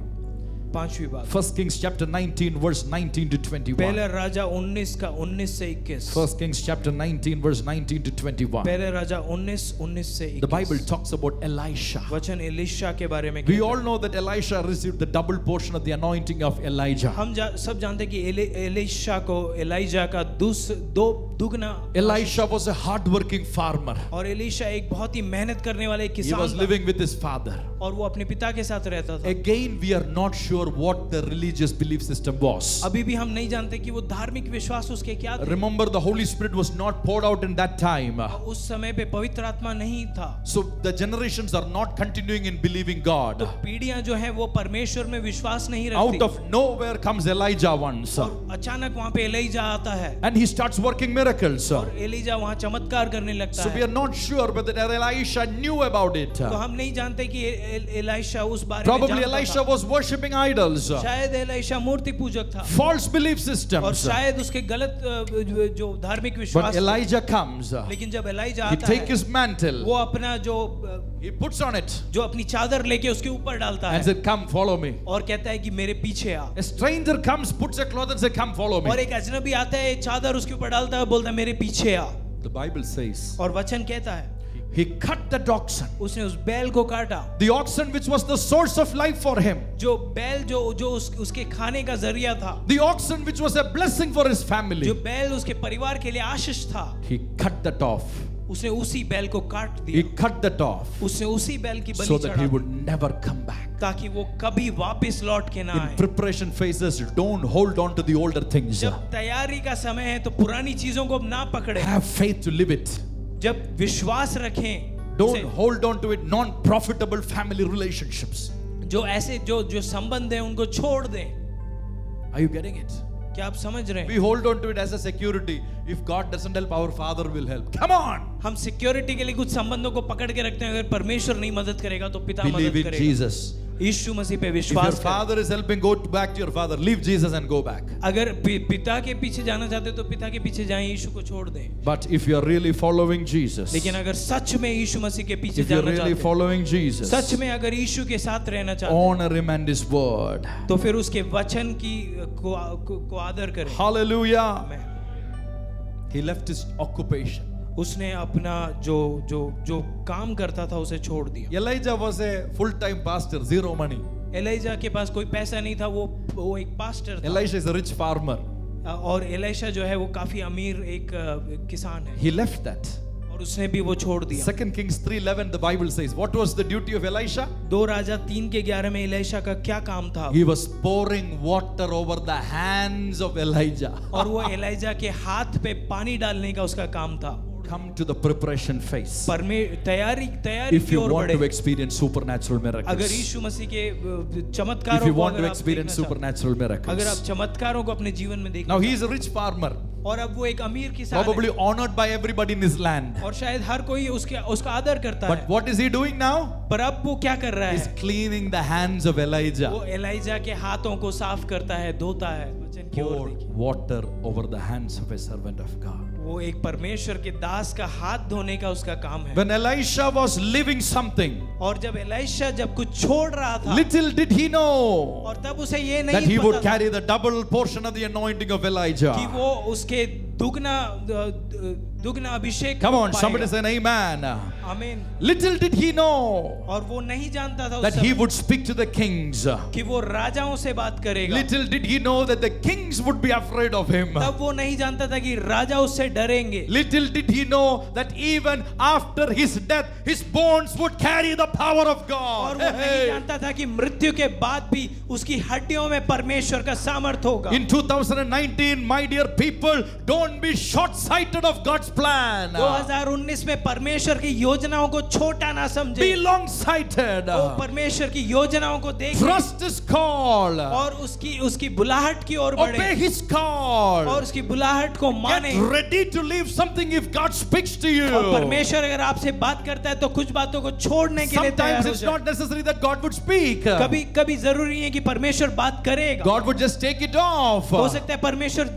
Speaker 2: पांचवी बात
Speaker 1: 1 Kings chapter 19, verse 19 to 21.
Speaker 2: पहला राजा 19 का 19 से 21
Speaker 1: 1 Kings chapter 19, verse 19 to 21.
Speaker 2: पहले राजा 19 19 से
Speaker 1: The
Speaker 2: 21
Speaker 1: Bible talks about Elisha.
Speaker 2: वचन एलिशा के बारे में
Speaker 1: We
Speaker 2: कहता
Speaker 1: all know that Elisha received the double portion of the anointing of
Speaker 2: है।
Speaker 1: Elijah.
Speaker 2: हम जा, सब जानते हैं कि एले, एलिशा को एलाइजा का दूस दो दुगना
Speaker 1: Elisha was a hardworking farmer.
Speaker 2: और एलिशा एक बहुत ही मेहनत करने वाले
Speaker 1: He was
Speaker 2: किसान
Speaker 1: living with his father.
Speaker 2: था और वो अपने पिता के साथ रहता था
Speaker 1: Again, we are not sure what the religious belief system was.
Speaker 2: अभी भी हम नहीं जानते कि वो धार्मिक विश्वास उसके क्या थे
Speaker 1: Remember, the Holy Spirit was not poured out in that time.
Speaker 2: उस समय पे पवित्र आत्मा नहीं था
Speaker 1: So the generations are not continuing in believing
Speaker 2: तो
Speaker 1: God.
Speaker 2: पीढ़ियां जो है वो परमेश्वर में विश्वास नहीं
Speaker 1: हाँ। Out
Speaker 2: रखती
Speaker 1: of nowhere comes Elijah once.
Speaker 2: और अचानक वहां पे एलिजा आता है
Speaker 1: And he starts working miracles. So
Speaker 2: और एलिजा वहां चमत्कार करने लगता
Speaker 1: we
Speaker 2: है
Speaker 1: are not sure whether Elisha knew about it.
Speaker 2: तो हम नहीं जानते कि ए- ए- एलाइशा उस बारे में
Speaker 1: Probably
Speaker 2: जानता
Speaker 1: Elisha
Speaker 2: था
Speaker 1: was worshipping idols,
Speaker 2: शायद एलाइशा मूर्ति पूजक था
Speaker 1: false belief
Speaker 2: और
Speaker 1: systems.
Speaker 2: शायद उसके गलत अ, जो- जो धार्मिक विश्वास
Speaker 1: But Elijah comes.
Speaker 2: थे।
Speaker 1: He
Speaker 2: लेकिन जब एलाइजा आता
Speaker 1: takes
Speaker 2: है
Speaker 1: his mantle.
Speaker 2: वो अपना जो अ,
Speaker 1: He puts on it
Speaker 2: जो अपनी चादर लेके उसके ऊपर डालता
Speaker 1: and
Speaker 2: है
Speaker 1: said, "Come, follow me."
Speaker 2: और कहता है कि मेरे पीछे आ
Speaker 1: A stranger comes, puts a cloth, and says, "Come, follow
Speaker 2: और
Speaker 1: me."
Speaker 2: एक अजनबी आता है चादर उसके ऊपर डालता है बोलता है मेरे पीछे आ
Speaker 1: The Bible says
Speaker 2: और वचन कहता है
Speaker 1: he cut the oxen,
Speaker 2: उसने उस बैल को काटा
Speaker 1: the oxen which was the source of life for him.
Speaker 2: जो बैल जो जो उस, उसके खाने का जरिया था
Speaker 1: the oxen which was a blessing for his
Speaker 2: जो
Speaker 1: family
Speaker 2: बैल उसके परिवार के लिए आशीष था
Speaker 1: he cut that off
Speaker 2: उसने उसी बैल को काट
Speaker 1: he
Speaker 2: दिया
Speaker 1: cut that off
Speaker 2: उसने उसी बैल की
Speaker 1: so
Speaker 2: बलि
Speaker 1: that he
Speaker 2: चढ़ा
Speaker 1: would never come back
Speaker 2: ताकि वो कभी वापस लौट के ना
Speaker 1: in
Speaker 2: आए
Speaker 1: preparation phases don't hold on to the older things
Speaker 2: जब तैयारी का समय है तो पुरानी चीजों को ना पकड़े
Speaker 1: have faith to live it
Speaker 2: जब विश्वास रखें
Speaker 1: don't
Speaker 2: उसे-
Speaker 1: hold on to it non-profitable family relationships
Speaker 2: जो ऐसे जो जो संबंध है उनको छोड़ दें
Speaker 1: are you getting it
Speaker 2: क्या आप समझ रहे
Speaker 1: we
Speaker 2: हैं
Speaker 1: hold on to it as a security if god doesn't help our father will help come on
Speaker 2: हम सिक्योरिटी के लिए कुछ संबंधों को पकड़ के रखते हैं अगर परमेश्वर नहीं मदद करेगा तो पिता
Speaker 1: believe
Speaker 2: मदद
Speaker 1: in
Speaker 2: करेगा
Speaker 1: jesus
Speaker 2: यीशु मसीह पे
Speaker 1: if your
Speaker 2: विश्वास करें।
Speaker 1: father is helping go back to your father leave jesus and go back
Speaker 2: अगर पि- पिता के पीछे जाना चाहते हो तो पिता के पीछे जाएं यीशु को छोड़ दें
Speaker 1: but if you are really following jesus
Speaker 2: लेकिन अगर सच में यीशु मसीह के पीछे
Speaker 1: If you're
Speaker 2: जाना
Speaker 1: really
Speaker 2: चाहते हो
Speaker 1: following Jesus,
Speaker 2: सच में अगर यीशु के साथ रहना चाहते हो
Speaker 1: honor him and his word.
Speaker 2: तो फिर उसके वचन की को, को, को आदर करें
Speaker 1: Hallelujah.
Speaker 2: Amen.
Speaker 1: He left his occupation.
Speaker 2: उसने अपना जो जो जो काम करता था उसे छोड़ दिया
Speaker 1: Elijah was a full time pastor, zero money.
Speaker 2: Elijah के पास कोई पैसा नहीं था वो वो एक पास्टर था
Speaker 1: Elisha is a rich farmer.
Speaker 2: और एलाइशा जो है वो काफी अमीर एक अ, किसान है
Speaker 1: He left that.
Speaker 2: और उसने भी वो छोड़ दिया
Speaker 1: Second Kings 3:11 the Bible says what was the duty of Elisha
Speaker 2: दो राजा तीन के ग्यारह में एलाइशा का क्या काम था
Speaker 1: he was pouring water over the hands of Elijah
Speaker 2: और वो एलाइजा के हाथ पे पानी डालने का उसका काम था
Speaker 1: come to the preparation phase
Speaker 2: परमे तैयारी तैयारी
Speaker 1: if
Speaker 2: की
Speaker 1: you
Speaker 2: ओर
Speaker 1: want to
Speaker 2: बढ़े
Speaker 1: experience supernatural
Speaker 2: अगर
Speaker 1: miracles
Speaker 2: यीशु मसीह के अ,
Speaker 1: if
Speaker 2: चमत्कारों
Speaker 1: you
Speaker 2: को
Speaker 1: want
Speaker 2: अगर
Speaker 1: to
Speaker 2: आप देखना
Speaker 1: experience
Speaker 2: चाहते-
Speaker 1: supernatural
Speaker 2: अगर आप
Speaker 1: miracles
Speaker 2: चमत्कारों को अपने जीवन में देखना
Speaker 1: now he is a rich farmer
Speaker 2: और अब वो एक अमीर किसान
Speaker 1: probably
Speaker 2: है
Speaker 1: honored by everybody in his land.
Speaker 2: और शायद हर कोई उसके उसका आदर करता
Speaker 1: But
Speaker 2: है
Speaker 1: what is he doing now?
Speaker 2: पर अब वो क्या कर रहा
Speaker 1: He's
Speaker 2: है
Speaker 1: cleaning the hands of
Speaker 2: वो
Speaker 1: Elijah.
Speaker 2: एलाइजा के हाथों को साफ करता है धोता है वचन की ओर
Speaker 1: Pour
Speaker 2: देखिए
Speaker 1: water over the hands of a servant of God.
Speaker 2: वो एक परमेश्वर के दास का हाथ धोने का उसका काम है
Speaker 1: When Elisha was living something,
Speaker 2: और जब एलाइशा जब कुछ छोड़ रहा था
Speaker 1: little did he know
Speaker 2: और तब उसे ये
Speaker 1: that
Speaker 2: नहीं
Speaker 1: he would
Speaker 2: पता था
Speaker 1: carry the double portion of the anointing of
Speaker 2: कि
Speaker 1: Elijah.
Speaker 2: वो उसके दुगना दुगना अभिषेक
Speaker 1: Come on,
Speaker 2: पाएगा।
Speaker 1: somebody say an amen.
Speaker 2: आमीन
Speaker 1: Little did he know
Speaker 2: और वो नहीं जानता था उस
Speaker 1: that he
Speaker 2: समय
Speaker 1: would speak to the kings.
Speaker 2: कि वो राजाओं से बात करेगा
Speaker 1: Little did he know that the kings would be afraid of him.
Speaker 2: तब वो नहीं जानता था कि राजा उससे डरेंगे
Speaker 1: Little did he know that even after his death, his bones would carry the power of
Speaker 2: और
Speaker 1: God.
Speaker 2: वो नहीं
Speaker 1: Hey,
Speaker 2: जानता था कि मृत्यु के बाद भी उसकी हड्डियों में परमेश्वर का सामर्थ होगा
Speaker 1: hey. In 2019, my dear people, don't be short sighted of God's plan.
Speaker 2: 2019 में परमेश्वर की योजनाओं को छोटा ना समझे
Speaker 1: Be long sighted.
Speaker 2: वो परमेश्वर की योजनाओं को देख
Speaker 1: Trust his call.
Speaker 2: और उसकी उसकी बुलाहट की ओर बढ़े
Speaker 1: Obey his
Speaker 2: और
Speaker 1: call.
Speaker 2: उसकी बुलाहट को माने
Speaker 1: Get ready to leave something if God speaks to
Speaker 2: और
Speaker 1: you.
Speaker 2: परमेश्वर अगर आपसे बात करता है तो कुछ बातों को छोड़ने के लिए
Speaker 1: Sometimes
Speaker 2: तैयार हो
Speaker 1: it's
Speaker 2: जाओ
Speaker 1: not necessary that God would speak.
Speaker 2: कभी कभी जरूरी है कि परमेश्वर बात करेगा
Speaker 1: God would just take it off.
Speaker 2: हो सकता है परमेश्वर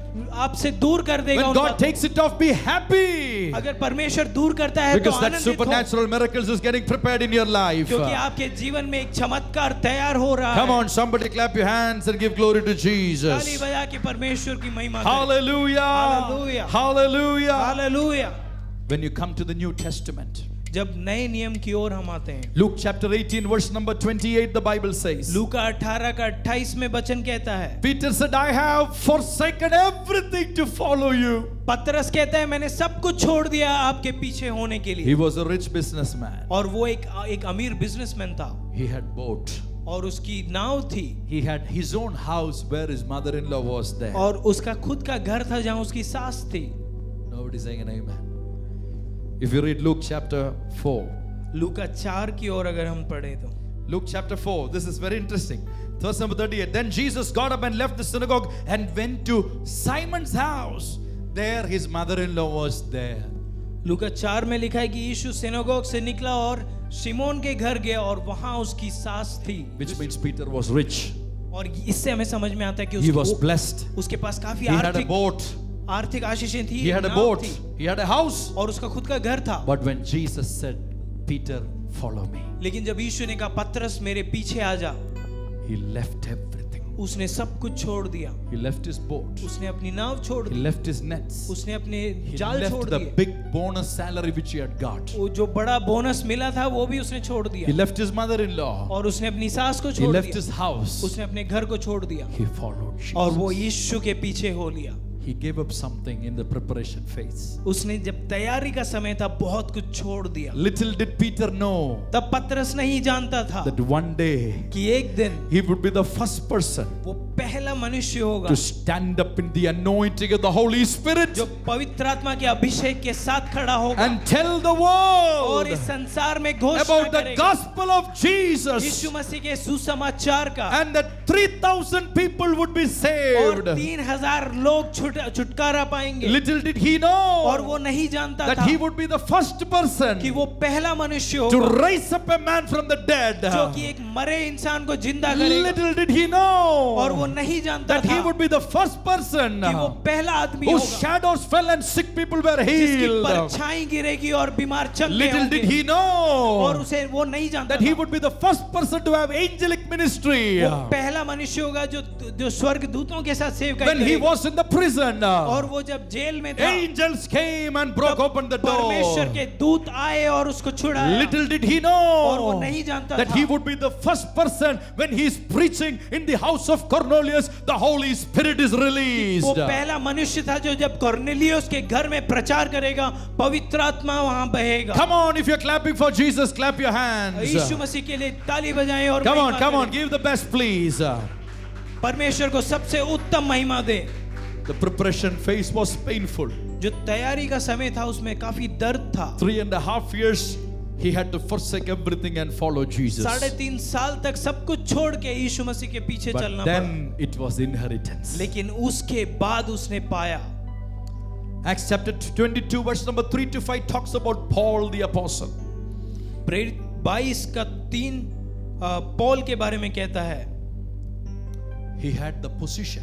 Speaker 2: आपसे दूर कर देगा
Speaker 1: When
Speaker 2: उन
Speaker 1: God
Speaker 2: बातों
Speaker 1: takes it off, be happy.
Speaker 2: को। अगर परमेश्वर दूर करता है तो
Speaker 1: Because that
Speaker 2: आनंदित हो
Speaker 1: supernatural miracles is getting prepared in your life.
Speaker 2: क्योंकि आपके जीवन में एक चमत्कार तैयार हो रहा
Speaker 1: Come
Speaker 2: है
Speaker 1: on, somebody clap your hands and give glory to
Speaker 2: ताली
Speaker 1: Jesus.
Speaker 2: बजा के परमेश्वर की महिमा करें।
Speaker 1: Hallelujah.
Speaker 2: Hallelujah.
Speaker 1: Hallelujah.
Speaker 2: Hallelujah
Speaker 1: When you come to the New Testament,
Speaker 2: जब नए नियम की ओर हम आते हैं
Speaker 1: Luke chapter 18, verse number 28, the Bible says,
Speaker 2: लूका 18 का 28 में वचन कहता है
Speaker 1: Peter said, I have forsaken everything to follow you.
Speaker 2: पतरस कहता है मैंने सब कुछ छोड़ दिया आपके पीछे होने के
Speaker 1: He
Speaker 2: लिए
Speaker 1: was a rich businessman.
Speaker 2: और वो एक एक अमीर बिजनेसमैन था
Speaker 1: He had boat.
Speaker 2: और उसकी नाव थी
Speaker 1: He had his own house where his mother-in-law was there.
Speaker 2: और उसका खुद का घर था जहां उसकी सास थी
Speaker 1: Nobody saying an amen. If you read Luke chapter 4,
Speaker 2: लूका 4 की ओर अगर हम पढ़े तो
Speaker 1: Luke chapter 4. This is very interesting. Verse number 38. Then Jesus got up and left the synagogue and went to Simon's house. There his mother in law was there.
Speaker 2: लूका 4 में लिखा है कि यीशु synagogue से निकला और शिमोन के घर गया और वहां उसकी सास थी
Speaker 1: Which means Peter was rich.
Speaker 2: और इससे हमें समझ में आता है कि
Speaker 1: He was
Speaker 2: उसकी-
Speaker 1: blessed.
Speaker 2: उसके पास
Speaker 1: He
Speaker 2: काफी
Speaker 1: had a
Speaker 2: आर्थिक
Speaker 1: boat.
Speaker 2: आर्थिक आशीषें थी
Speaker 1: He had a
Speaker 2: now
Speaker 1: boat.
Speaker 2: थी,
Speaker 1: He had a house.
Speaker 2: और उसका खुद का घर था
Speaker 1: But when Jesus said, Peter, follow me,
Speaker 2: लेकिन जब यीशु ने कहा पतरस मेरे पीछे आ जा
Speaker 1: he left everything.
Speaker 2: उसने सब कुछ छोड़ दिया
Speaker 1: He left his boat.
Speaker 2: उसने अपनी नाव छोड़
Speaker 1: He
Speaker 2: the
Speaker 1: left his nets.
Speaker 2: उसने अपने
Speaker 1: He
Speaker 2: जाल छोड़
Speaker 1: left the
Speaker 2: दिए
Speaker 1: big bonus salary which he had got.
Speaker 2: वो जो बड़ा बोनस मिला था वो भी उसने छोड़
Speaker 1: He
Speaker 2: दिया
Speaker 1: left his mother in law.
Speaker 2: और उसने अपनी सास को
Speaker 1: He
Speaker 2: छोड़
Speaker 1: left
Speaker 2: दिया
Speaker 1: his house.
Speaker 2: उसने अपने घर को छोड़ दिया
Speaker 1: He followed Jesus.
Speaker 2: और वो यीशु के पीछे हो लिया
Speaker 1: He gave up something in the preparation phase.
Speaker 2: उसने जब तैयारी का समय था बहुत कुछ छोड़ दिया
Speaker 1: Little did Peter know
Speaker 2: तब पतरस नहीं जानता था
Speaker 1: that one day
Speaker 2: कि एक दिन
Speaker 1: he would be the first person
Speaker 2: वो पहला मनुष्य होगा
Speaker 1: to stand up in the anointing of the Holy Spirit
Speaker 2: जो पवित्र आत्मा के अभिषेक के साथ खड़ा होगा
Speaker 1: and tell the
Speaker 2: और इस
Speaker 1: world
Speaker 2: संसार में घोषणा
Speaker 1: about the
Speaker 2: करेगा
Speaker 1: gospel of Jesus
Speaker 2: यीशु मसीह के सुसमाचार का
Speaker 1: and that 3,000 people would be
Speaker 2: और
Speaker 1: saved.
Speaker 2: तीन हजार लोग छुट- छुटकारा पाएंगे
Speaker 1: Little did he
Speaker 2: और
Speaker 1: know
Speaker 2: वो नहीं जानता
Speaker 1: that
Speaker 2: था
Speaker 1: he would be the first
Speaker 2: कि
Speaker 1: person
Speaker 2: वो पहला मनुष्य
Speaker 1: to
Speaker 2: होगा
Speaker 1: raise up a man from the dead.
Speaker 2: जो कि एक मरे इंसान को जिंदा करेगा
Speaker 1: Little did he know.
Speaker 2: और वो नहीं जानता
Speaker 1: that he
Speaker 2: था
Speaker 1: would be the first person
Speaker 2: कि वो पहला आदमी
Speaker 1: whose
Speaker 2: होगा
Speaker 1: shadows fell and sick people were
Speaker 2: जिसकी
Speaker 1: healed.
Speaker 2: परछाई गिरेगी और बीमार चंगे
Speaker 1: Little did
Speaker 2: होंगे
Speaker 1: he
Speaker 2: और
Speaker 1: know
Speaker 2: उसे वो नहीं जानता
Speaker 1: that he
Speaker 2: था
Speaker 1: would be the first person to have angelic ministry.
Speaker 2: वो पहला मनुष्य होगा जो जो स्वर्ग दूतों के साथ
Speaker 1: When he
Speaker 2: सेवकाई
Speaker 1: was in the prison,
Speaker 2: और वो जब जेल में था
Speaker 1: angels came and broke open the
Speaker 2: परमेश्वर
Speaker 1: door.
Speaker 2: के दूत आए और उसको छुड़ाया
Speaker 1: Little did he
Speaker 2: और वो
Speaker 1: know
Speaker 2: नहीं जानता
Speaker 1: that
Speaker 2: था।
Speaker 1: he would be the first person when he is preaching in the house of Cornelius, the Holy Spirit is
Speaker 2: वो
Speaker 1: released.
Speaker 2: पहला मनुष्य था जो जब कॉर्नेलियस के घर में प्रचार करेगा पवित्र आत्मा वहां बहेगा
Speaker 1: Come on, if you're clapping for Jesus, clap your hands.
Speaker 2: यीशु मसीह के लिए ताली बजाएं और
Speaker 1: Come on,
Speaker 2: महिमा
Speaker 1: come on,
Speaker 2: करें।
Speaker 1: give the best, please. Uh,
Speaker 2: परमेश्वर को सबसे उत्तम महिमा दे
Speaker 1: The preparation phase was painful.
Speaker 2: जो तैयारी का समय था उसमें काफी दर्द था
Speaker 1: Three and a half years, he had to forsake everything and follow Jesus.
Speaker 2: साढ़े तीन साल तक सब कुछ छोड़ के यीशु मसीह के पीछे
Speaker 1: But
Speaker 2: चलना पड़ा
Speaker 1: then it was inheritance.
Speaker 2: लेकिन उसके बाद उसने पाया
Speaker 1: Acts chapter 22, verse number 3 to 5 talks about Paul the apostle.
Speaker 2: प्रेरित 22 का तीन अ, पॉल के बारे में कहता है
Speaker 1: He had the position,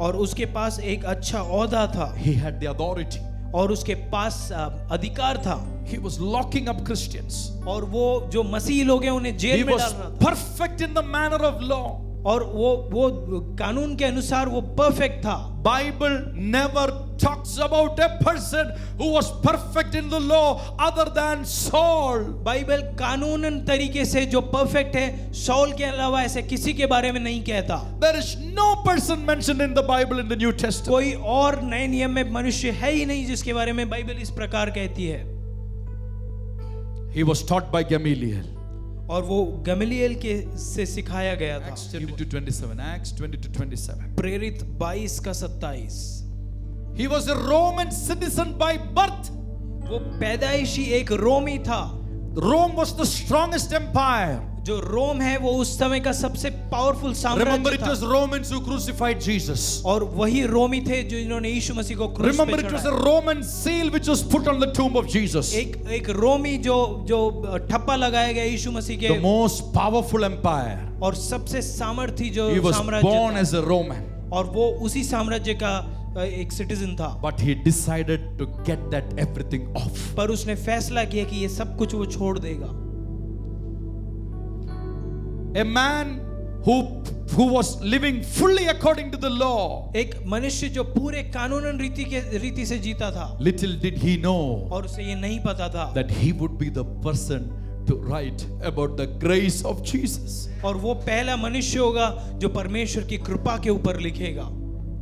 Speaker 2: और उसके पास एक अच्छा औहदा था
Speaker 1: he had the authority.
Speaker 2: और उसके पास अ, अधिकार था
Speaker 1: He was locking up Christians.
Speaker 2: और वो जो मसीह लोग हैं उन्हें
Speaker 1: He
Speaker 2: जेल में
Speaker 1: was
Speaker 2: डाल रहा था
Speaker 1: perfect in the manner of law.
Speaker 2: और वो वो कानून के अनुसार वो परफेक्ट था
Speaker 1: Bible never talks about a person who was perfect in the law other than Saul.
Speaker 2: Bible कानूनन तरीके से जो परफेक्ट है शौल के अलावा ऐसे किसी के बारे में नहीं कहता
Speaker 1: There is no person mentioned in the Bible in the New Testament.
Speaker 2: कोई और नए नियम में मनुष्य है ही नहीं जिसके बारे में बाइबल इस प्रकार कहती है
Speaker 1: He was taught by Gamaliel.
Speaker 2: और वो गमलियल के से सिखाया गया था
Speaker 1: Acts 22 27. Acts 22 27.
Speaker 2: प्रेरित 22 का 27
Speaker 1: He was a Roman citizen by birth.
Speaker 2: वो पैदाइशी एक रोमी था
Speaker 1: Rome was the strongest empire.
Speaker 2: जो रोम है वो उस समय का सबसे पावरफुल
Speaker 1: Remember,
Speaker 2: साम्राज्य
Speaker 1: it was
Speaker 2: था
Speaker 1: Romans who crucified Jesus.
Speaker 2: और वही रोमी थे जो इन्होंने यीशु मसीह को क्रूस
Speaker 1: Remember,
Speaker 2: पे
Speaker 1: it was a
Speaker 2: चढ़ाया।
Speaker 1: Roman seal which was put on the tomb of Jesus.
Speaker 2: एक एक रोमी जो जो ठप्पा लगाया गया यीशु मसीह
Speaker 1: The
Speaker 2: के
Speaker 1: most powerful empire.
Speaker 2: और सबसे सामर्थी जो
Speaker 1: He was born
Speaker 2: साम्राज्य
Speaker 1: as a Roman.
Speaker 2: था, और वो उसी साम्राज्य का अ, एक सिटीजन था
Speaker 1: But he decided to get that everything off.
Speaker 2: पर उसने फैसला किया कि ये सब कुछ वो छोड़ देगा
Speaker 1: A man who, who was living fully according to the law.
Speaker 2: एक मनुष्य जो पूरे कानूनन रीति के रीति से जीता था
Speaker 1: Little did he know
Speaker 2: और उसे ये नहीं पता था
Speaker 1: that he would be the person to write about the grace of Jesus.
Speaker 2: और वो पहला मनुष्य होगा जो परमेश्वर की कृपा के ऊपर लिखेगा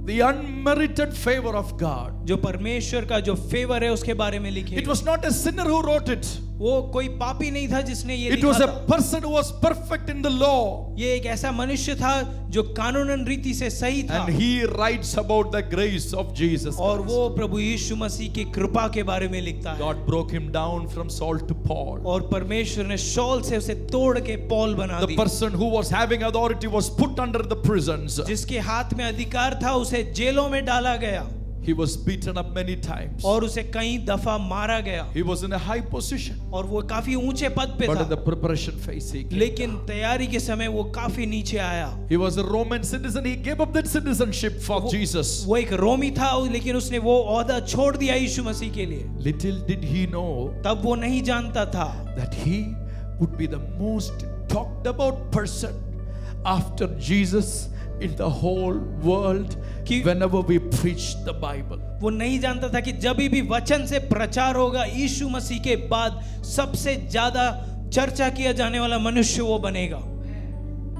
Speaker 1: The unmerited favor of God.
Speaker 2: जो परमेश्वर का जो फेवर है उसके बारे में
Speaker 1: It
Speaker 2: लिखेगा
Speaker 1: was not a sinner who wrote it,
Speaker 2: वो कोई पापी नहीं था जिसने ये
Speaker 1: it
Speaker 2: लिखा
Speaker 1: was a
Speaker 2: था
Speaker 1: person who was perfect in the law.
Speaker 2: ये एक ऐसा मनुष्य था जो कानूनन रीति से सही था
Speaker 1: And he writes about the grace of Jesus.
Speaker 2: और
Speaker 1: Christ.
Speaker 2: वो प्रभु यीशु मसीह की कृपा के बारे में लिखता है
Speaker 1: God broke him down from Saul to Paul.
Speaker 2: और परमेश्वर ने शौल से उसे तोड़ के पॉल बना
Speaker 1: The
Speaker 2: दिया
Speaker 1: person who was having authority was put under the prisons.
Speaker 2: जिसके हाथ में अधिकार था उसे जेलों में डाला गया
Speaker 1: He was beaten up many times.
Speaker 2: और उसे कई दफा मारा गया
Speaker 1: He was in a high position.
Speaker 2: और वो काफी ऊंचे पद पे
Speaker 1: But in the
Speaker 2: था
Speaker 1: preparation phase, he came.
Speaker 2: लेकिन तैयारी के समय वो काफी नीचे आया
Speaker 1: He was a Roman citizen. He gave up that citizenship for Jesus.
Speaker 2: वो एक रोमी था लेकिन उसने वो ओहदा छोड़ दिया यीशु मसीह के लिए
Speaker 1: Little did he know
Speaker 2: तब वो नहीं जानता था
Speaker 1: that he would be the most talked about person after Jesus in the whole world
Speaker 2: कि-
Speaker 1: whenever we preach the Bible.
Speaker 2: वो नहीं जानता था कि जब भी वचन से प्रचार होगा यीशु मसीह के बाद सबसे ज्यादा चर्चा किया जाने वाला मनुष्य वो बनेगा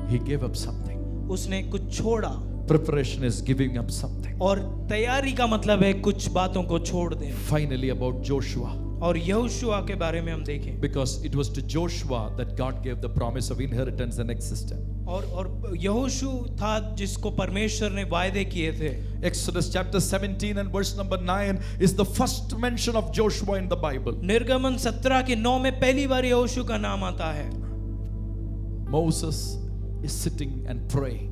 Speaker 1: He gave up something.
Speaker 2: उसने कुछ छोड़ा
Speaker 1: Preparation is giving up something.
Speaker 2: और तैयारी का मतलब है कुछ बातों को छोड़ दें
Speaker 1: Finally, about Joshua.
Speaker 2: और यहोशुआ के बारे में हम देखें
Speaker 1: Because it was to Joshua that God gave the promise of inheritance and existence.
Speaker 2: और और यहोशु था जिसको परमेश्वर ने वायदे किए थे
Speaker 1: Exodus chapter 17 and verse number 9 is the first mention of Joshua in the Bible.
Speaker 2: निर्गमन 17 के 9 में पहली बार यहोशु का नाम आता है
Speaker 1: Moses is sitting and praying.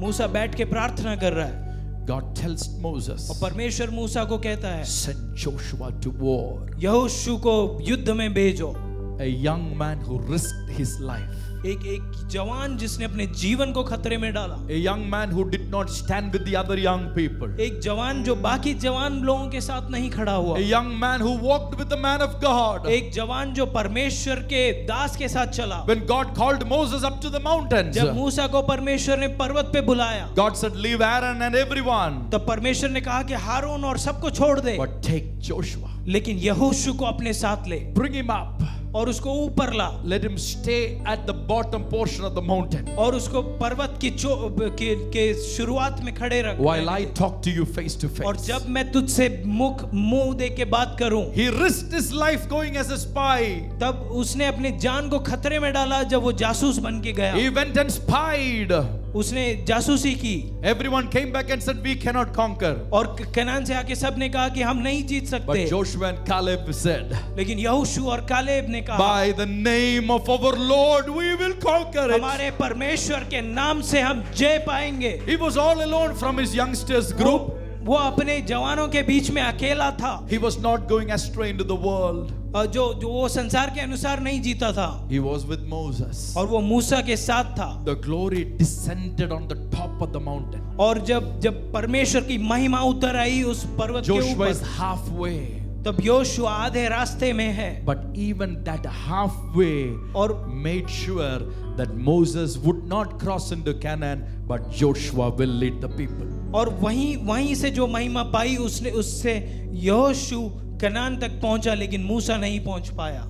Speaker 2: मूसा बैठ के प्रार्थना कर रहा है
Speaker 1: God tells Moses,
Speaker 2: और परमेश्वर मूसा को कहता है
Speaker 1: send Joshua to war.
Speaker 2: यहोशु को युद्ध में भेजो
Speaker 1: A young man who risked his life.
Speaker 2: एक एक जवान जिसने अपने जीवन को खतरे में डाला
Speaker 1: A young man who did not stand with the other young people.
Speaker 2: एक जवान जो बाकी जवान लोगों के साथ नहीं खड़ा हुआ
Speaker 1: A young man who walked with the man of God.
Speaker 2: एक जवान जो परमेश्वर के दास के साथ चला
Speaker 1: When God called Moses up to the mountains,
Speaker 2: जब मूसा को परमेश्वर ने पर्वत पे बुलाया
Speaker 1: God said, Leave Aaron and everyone,
Speaker 2: तब परमेश्वर ने कहा कि हारून और सबको छोड़ दे
Speaker 1: but take Joshua.
Speaker 2: लेकिन यहोशु को अपने साथ ले
Speaker 1: Bring him up.
Speaker 2: और उसको ऊपर ला
Speaker 1: Let him stay at the bottom portion of the mountain
Speaker 2: और उसको पर्वत की चो के, के शुरुआत में खड़े रख
Speaker 1: while I talk to you face to
Speaker 2: और
Speaker 1: face.
Speaker 2: जब मैं तुझसे मुख मुंह दे के बात करूं
Speaker 1: He risked his life going as a spy.
Speaker 2: तब उसने अपनी जान को खतरे में डाला जब वो जासूस बन के गया
Speaker 1: He went and spied.
Speaker 2: उसने जासूसी की
Speaker 1: Everyone came back and said, We cannot conquer.
Speaker 2: और कनान से आके सब ने कहा कि हम नहीं जीत
Speaker 1: But
Speaker 2: सकते
Speaker 1: Joshua and Caleb said,
Speaker 2: लेकिन यहोशू और कालेब ने कहा
Speaker 1: By the name of our Lord, we will conquer it.
Speaker 2: हमारे परमेश्वर के नाम से हम जय पाएंगे
Speaker 1: He was all alone from his youngsters group.
Speaker 2: वो अपने जवानों के बीच में अकेला था
Speaker 1: He was not going astray into the world.
Speaker 2: और जो जो वो संसार के अनुसार नहीं जीता था
Speaker 1: He was with Moses.
Speaker 2: और वो मूसा के साथ था
Speaker 1: The glory descended on the top of the mountain.
Speaker 2: और जब जब परमेश्वर की महिमा उतर आई उस पर्वत के
Speaker 1: Joshua is
Speaker 2: ऊपर
Speaker 1: halfway.
Speaker 2: तब योशुआ आधे रास्ते में है
Speaker 1: But even that halfway
Speaker 2: और
Speaker 1: made sure that Moses would not cross into Canaan, but Joshua will lead the people.
Speaker 2: और वहीं वहीं से जो महिमा पाई उसने उससे यहोशू कनान तक पहुंचा लेकिन मूसा नहीं पहुंच पाया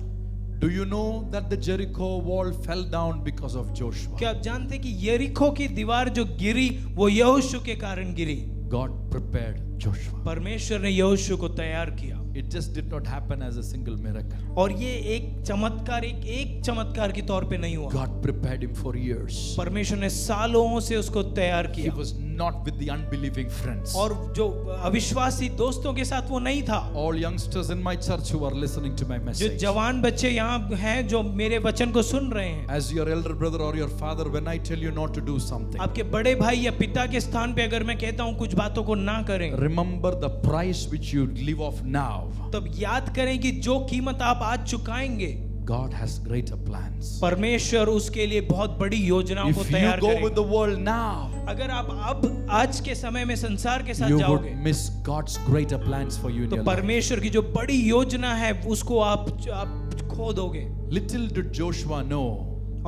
Speaker 1: Do you know that the Jericho wall fell down because of Joshua?
Speaker 2: क्या आप जानते हैं कि यरीखो की दीवार जो गिरी वो यहोशू के कारण गिरी
Speaker 1: God prepared Joshua.
Speaker 2: परमेश्वर ने यहोशू को तैयार किया
Speaker 1: It just did not happen as a single miracle.
Speaker 2: और ये एक चमत्कार एक एक चमत्कार के तौर पे नहीं हुआ
Speaker 1: God prepared him for years.
Speaker 2: परमेश्वर ने सालों से उसको तैयार
Speaker 1: He
Speaker 2: किया
Speaker 1: was not with the unbelieving friends.
Speaker 2: और जो अविश्वासी दोस्तों के साथ वो नहीं था
Speaker 1: All youngsters in my church who are listening to my
Speaker 2: जो
Speaker 1: message.
Speaker 2: जवान बच्चे यहाँ हैं जो मेरे वचन को सुन रहे हैं
Speaker 1: As your elder brother or your father, when I tell you not to do something,
Speaker 2: आपके बड़े भाई या पिता के स्थान पे अगर मैं कहता हूँ कुछ बातों को ना करें
Speaker 1: remember the price which you live off now.
Speaker 2: तब याद करें कि जो कीमत आप आज चुकाएंगे
Speaker 1: God has greater plans.
Speaker 2: परमेश्वर उसके लिए बहुत बड़ी योजनाओं को
Speaker 1: If you
Speaker 2: तैयार
Speaker 1: go with
Speaker 2: करें
Speaker 1: the world now,
Speaker 2: अगर आप अब आज के समय में संसार के साथ
Speaker 1: you would
Speaker 2: जाओगे
Speaker 1: miss God's greater plans for you in
Speaker 2: तो
Speaker 1: your life.
Speaker 2: परमेश्वर की जो बड़ी योजना है उसको आप आप खो दोगे
Speaker 1: Little did Joshua know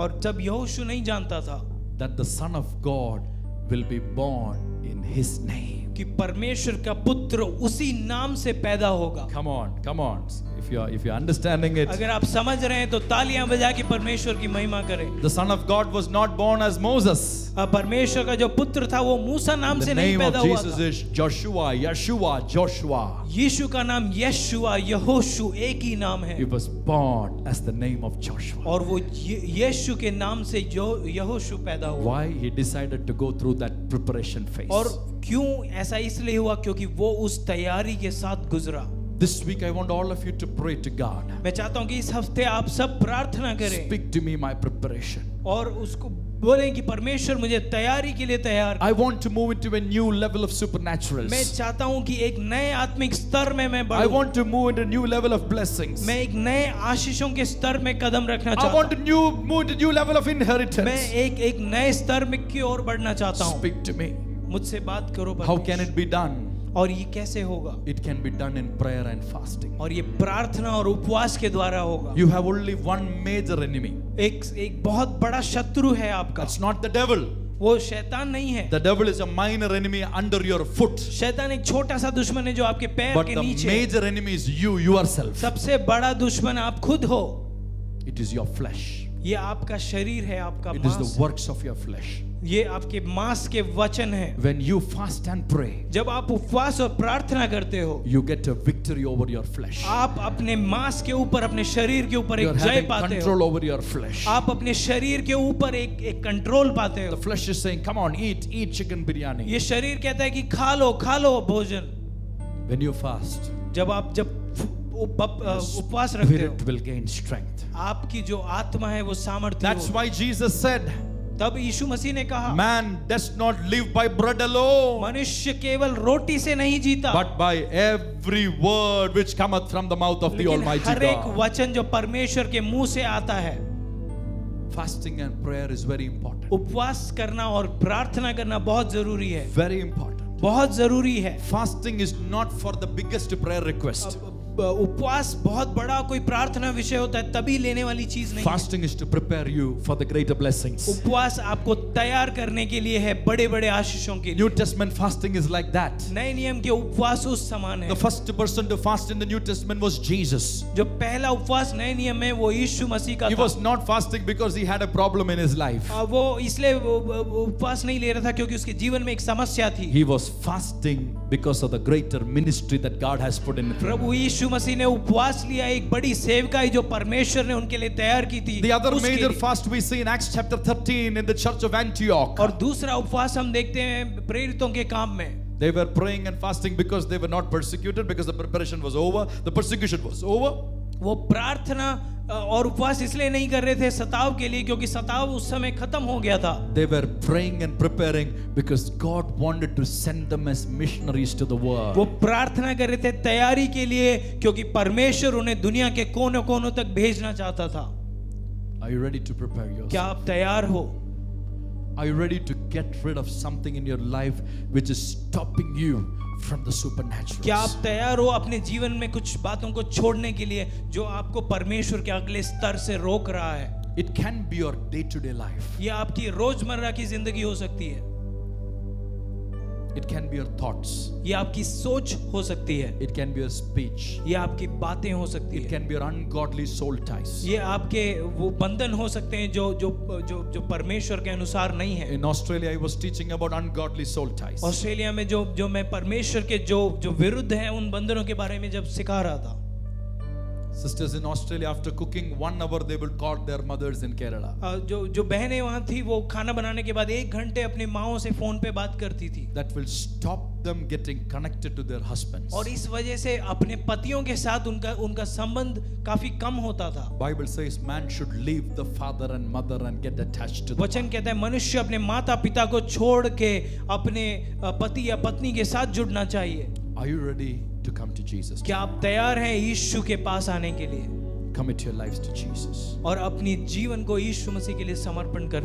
Speaker 2: और जब यहोशू नहीं जानता था
Speaker 1: that the Son of God will be born in His name.
Speaker 2: कि परमेश्वर का पुत्र उसी नाम से पैदा होगा
Speaker 1: Come on, come on. If you are, if you are understanding it,
Speaker 2: अगर आप समझ रहे हैं तो तालियां बजा के परमेश्वर की महिमा करें
Speaker 1: the Son of God was not born as Moses.
Speaker 2: अब परमेश्वर का जो पुत्र था वो मूसा नाम
Speaker 1: The
Speaker 2: से नहीं
Speaker 1: name of
Speaker 2: पैदा हुआ
Speaker 1: Jesus
Speaker 2: था
Speaker 1: is Joshua, Yeshua, Joshua.
Speaker 2: यीशु का नाम यशुआ यहोशु एक ही नाम है
Speaker 1: He was born as the name of Joshua.
Speaker 2: और वो ये- यीशु के नाम से यो- यहोशू पैदा हुआ
Speaker 1: Why he decided to go through that preparation phase.
Speaker 2: और क्यों ऐसा इसलिए हुआ क्योंकि वो उस तैयारी के साथ गुजरा
Speaker 1: This week, I want all of you to pray to God.
Speaker 2: मैं चाहता हूं कि इस हफ्ते आप सब प्रार्थना करें
Speaker 1: Speak to me my preparation.
Speaker 2: और उसको बोलें कि परमेश्वर मुझे तैयारी के लिए तैयार कर।
Speaker 1: I want to move into a new level of
Speaker 2: मैं
Speaker 1: supernaturals.
Speaker 2: चाहता हूं कि एक नए आत्मिक स्तर में मैं
Speaker 1: I
Speaker 2: बढ़ूं
Speaker 1: want to move into a new level of blessings.
Speaker 2: मैं एक नए आशीषों के स्तर में कदम रखना
Speaker 1: I
Speaker 2: चाहता हूं
Speaker 1: want to new, move into a new level of
Speaker 2: मैं
Speaker 1: inheritance.
Speaker 2: एक एक नए स्तर में की ओर बढ़ना चाहता हूँ
Speaker 1: Speak to me.
Speaker 2: मुझसे बात करो
Speaker 1: How can
Speaker 2: परमेश्वर।
Speaker 1: it be done?
Speaker 2: और ये कैसे होगा
Speaker 1: It can be done in prayer and fasting.
Speaker 2: और ये प्रार्थना और उपवास के द्वारा होगा
Speaker 1: You have only one major enemy.
Speaker 2: एक एक बहुत बड़ा शत्रु है आपका
Speaker 1: That's not the devil.
Speaker 2: वो शैतान नहीं है
Speaker 1: The devil is a minor enemy under your foot.
Speaker 2: शैतान एक छोटा सा दुश्मन है जो आपके पैर
Speaker 1: But
Speaker 2: के
Speaker 1: the
Speaker 2: नीचे है।
Speaker 1: major enemy is you yourself.
Speaker 2: सबसे बड़ा दुश्मन आप खुद हो
Speaker 1: It is your flesh.
Speaker 2: ये आपका शरीर है आपका
Speaker 1: It is
Speaker 2: मांस
Speaker 1: the works of your flesh.
Speaker 2: है। ये आपके मांस के वचन है
Speaker 1: When you fast and pray,
Speaker 2: जब आप उपवास और प्रार्थना करते हो
Speaker 1: you get a victory over your flesh.
Speaker 2: आप अपने मांस के ऊपर अपने शरीर के ऊपर
Speaker 1: You're
Speaker 2: एक जय
Speaker 1: having
Speaker 2: पाते हो
Speaker 1: control over your flesh.
Speaker 2: आप अपने शरीर के ऊपर एक एक कंट्रोल पाते
Speaker 1: The
Speaker 2: हो
Speaker 1: flesh is saying, Come on, eat, eat chicken biryani.
Speaker 2: ये शरीर कहता है कि खा लो खा लो भोजन
Speaker 1: When you fast,
Speaker 2: जब आप जब उप- उप- उपवास रखते
Speaker 1: spirit
Speaker 2: हो
Speaker 1: will gain strength.
Speaker 2: आपकी जो आत्मा है वो सामर्थ्य
Speaker 1: That's
Speaker 2: हो।
Speaker 1: why Jesus said,
Speaker 2: तब यीशु मसीह ने कहा
Speaker 1: Man does not live by bread alone,
Speaker 2: मनुष्य केवल रोटी से नहीं जीता
Speaker 1: but by every word which cometh from the mouth of the
Speaker 2: लेकिन
Speaker 1: Almighty
Speaker 2: हर एक
Speaker 1: God.
Speaker 2: वचन जो परमेश्वर के मुंह से आता है
Speaker 1: Fasting and prayer is very
Speaker 2: Oh.
Speaker 1: important.
Speaker 2: उपवास करना और प्रार्थना करना बहुत जरूरी है
Speaker 1: Very important.
Speaker 2: बहुत जरूरी है
Speaker 1: Fasting is not for the biggest prayer request.
Speaker 2: उपवास बहुत बड़ा कोई प्रार्थना विषय होता है तभी लेने वाली चीज नहीं है।
Speaker 1: Fasting is to prepare you for the greater blessings.
Speaker 2: उपवास आपको तैयार करने के लिए है बड़े बड़े आशीषों के लिए
Speaker 1: New Testament fasting is like that.
Speaker 2: नए नियम के उपवास उस समान है
Speaker 1: The first person to fast in the New Testament was Jesus.
Speaker 2: जो पहला उपवास नए नियम में वो यीशु मसीह का
Speaker 1: He
Speaker 2: था
Speaker 1: was not fasting because he had a problem in his life.
Speaker 2: आ, वो इसलिए वो- वो- वो उपवास नहीं ले रहा था क्योंकि उसके जीवन में एक समस्या थी
Speaker 1: He was fasting because of the greater ministry that God has put in him.
Speaker 2: प्रभु यीशु मसीह ने उपवास लिया एक बड़ी सेवकाई जो परमेश्वर ने उनके लिए तैयार की थी
Speaker 1: The other
Speaker 2: उसके
Speaker 1: major
Speaker 2: लिए।
Speaker 1: fast we see in Acts chapter 13 in the church of Antioch.
Speaker 2: और दूसरा उपवास हम देखते हैं प्रेरितों के काम में
Speaker 1: They were praying and fasting because they were not persecuted, because the preparation was over, the persecution was over.
Speaker 2: वो प्रार्थना अ, और उपवास इसलिए नहीं कर रहे थे सताव के लिए क्योंकि सताव उस समय खत्म हो गया था
Speaker 1: They were praying and preparing because God wanted to send them as missionaries to the world.
Speaker 2: वो प्रार्थना कर रहे थे तैयारी के लिए क्योंकि परमेश्वर उन्हें दुनिया के कोने कोनों तक भेजना चाहता था
Speaker 1: Are you ready to prepare yourself?
Speaker 2: क्या आप तैयार हो
Speaker 1: Are you ready to get rid of something in your life which is stopping you from the supernatural?
Speaker 2: क्या आप तैयार हो अपने जीवन में कुछ बातों को छोड़ने के लिए जो आपको परमेश्वर के अगले स्तर से रोक रहा है
Speaker 1: It can be your day to day life,
Speaker 2: ये आपकी रोजमर्रा की जिंदगी हो सकती है
Speaker 1: it It can be your thoughts,
Speaker 2: ये आपकी सोच हो सकती है
Speaker 1: it can be your speech,
Speaker 2: ये आपकी बातें हो सकती
Speaker 1: it
Speaker 2: है
Speaker 1: can be your ungodly soul ties.
Speaker 2: ये आपके वो बंधन हो सकते हैं जो जो जो जो परमेश्वर के अनुसार नहीं है
Speaker 1: In Australia, I was teaching about ungodly soul ties.
Speaker 2: Australia में जो जो मैं परमेश्वर के जो जो विरुद्ध हैं उन बंधनों के बारे में जब सिखा रहा था
Speaker 1: Sisters in Australia, after cooking one hour, they will call their mothers in Kerala.
Speaker 2: अ, जो जो बहनें वहाँ थी वो खाना बनाने के बाद एक घंटे अपनी माओ से फोन पे बात करती थी
Speaker 1: That will stop them getting connected to their husbands.
Speaker 2: और इस वजह से अपने पतियों के साथ उनका उनका संबंध काफी कम होता था
Speaker 1: Bible says man should leave the father and mother and get attached to the
Speaker 2: वचन कहता है मनुष्य अपने माता पिता को छोड़ के अपने अ, पति या पत्नी के साथ जुड़ना चाहिए
Speaker 1: Are you ready to come to Jesus?
Speaker 2: क्या आप तैयार हैं यीशु के पास आने के लिए
Speaker 1: Commit your lives to Jesus.
Speaker 2: और अपनी जीवन को यीशु मसीह के लिए समर्पण कर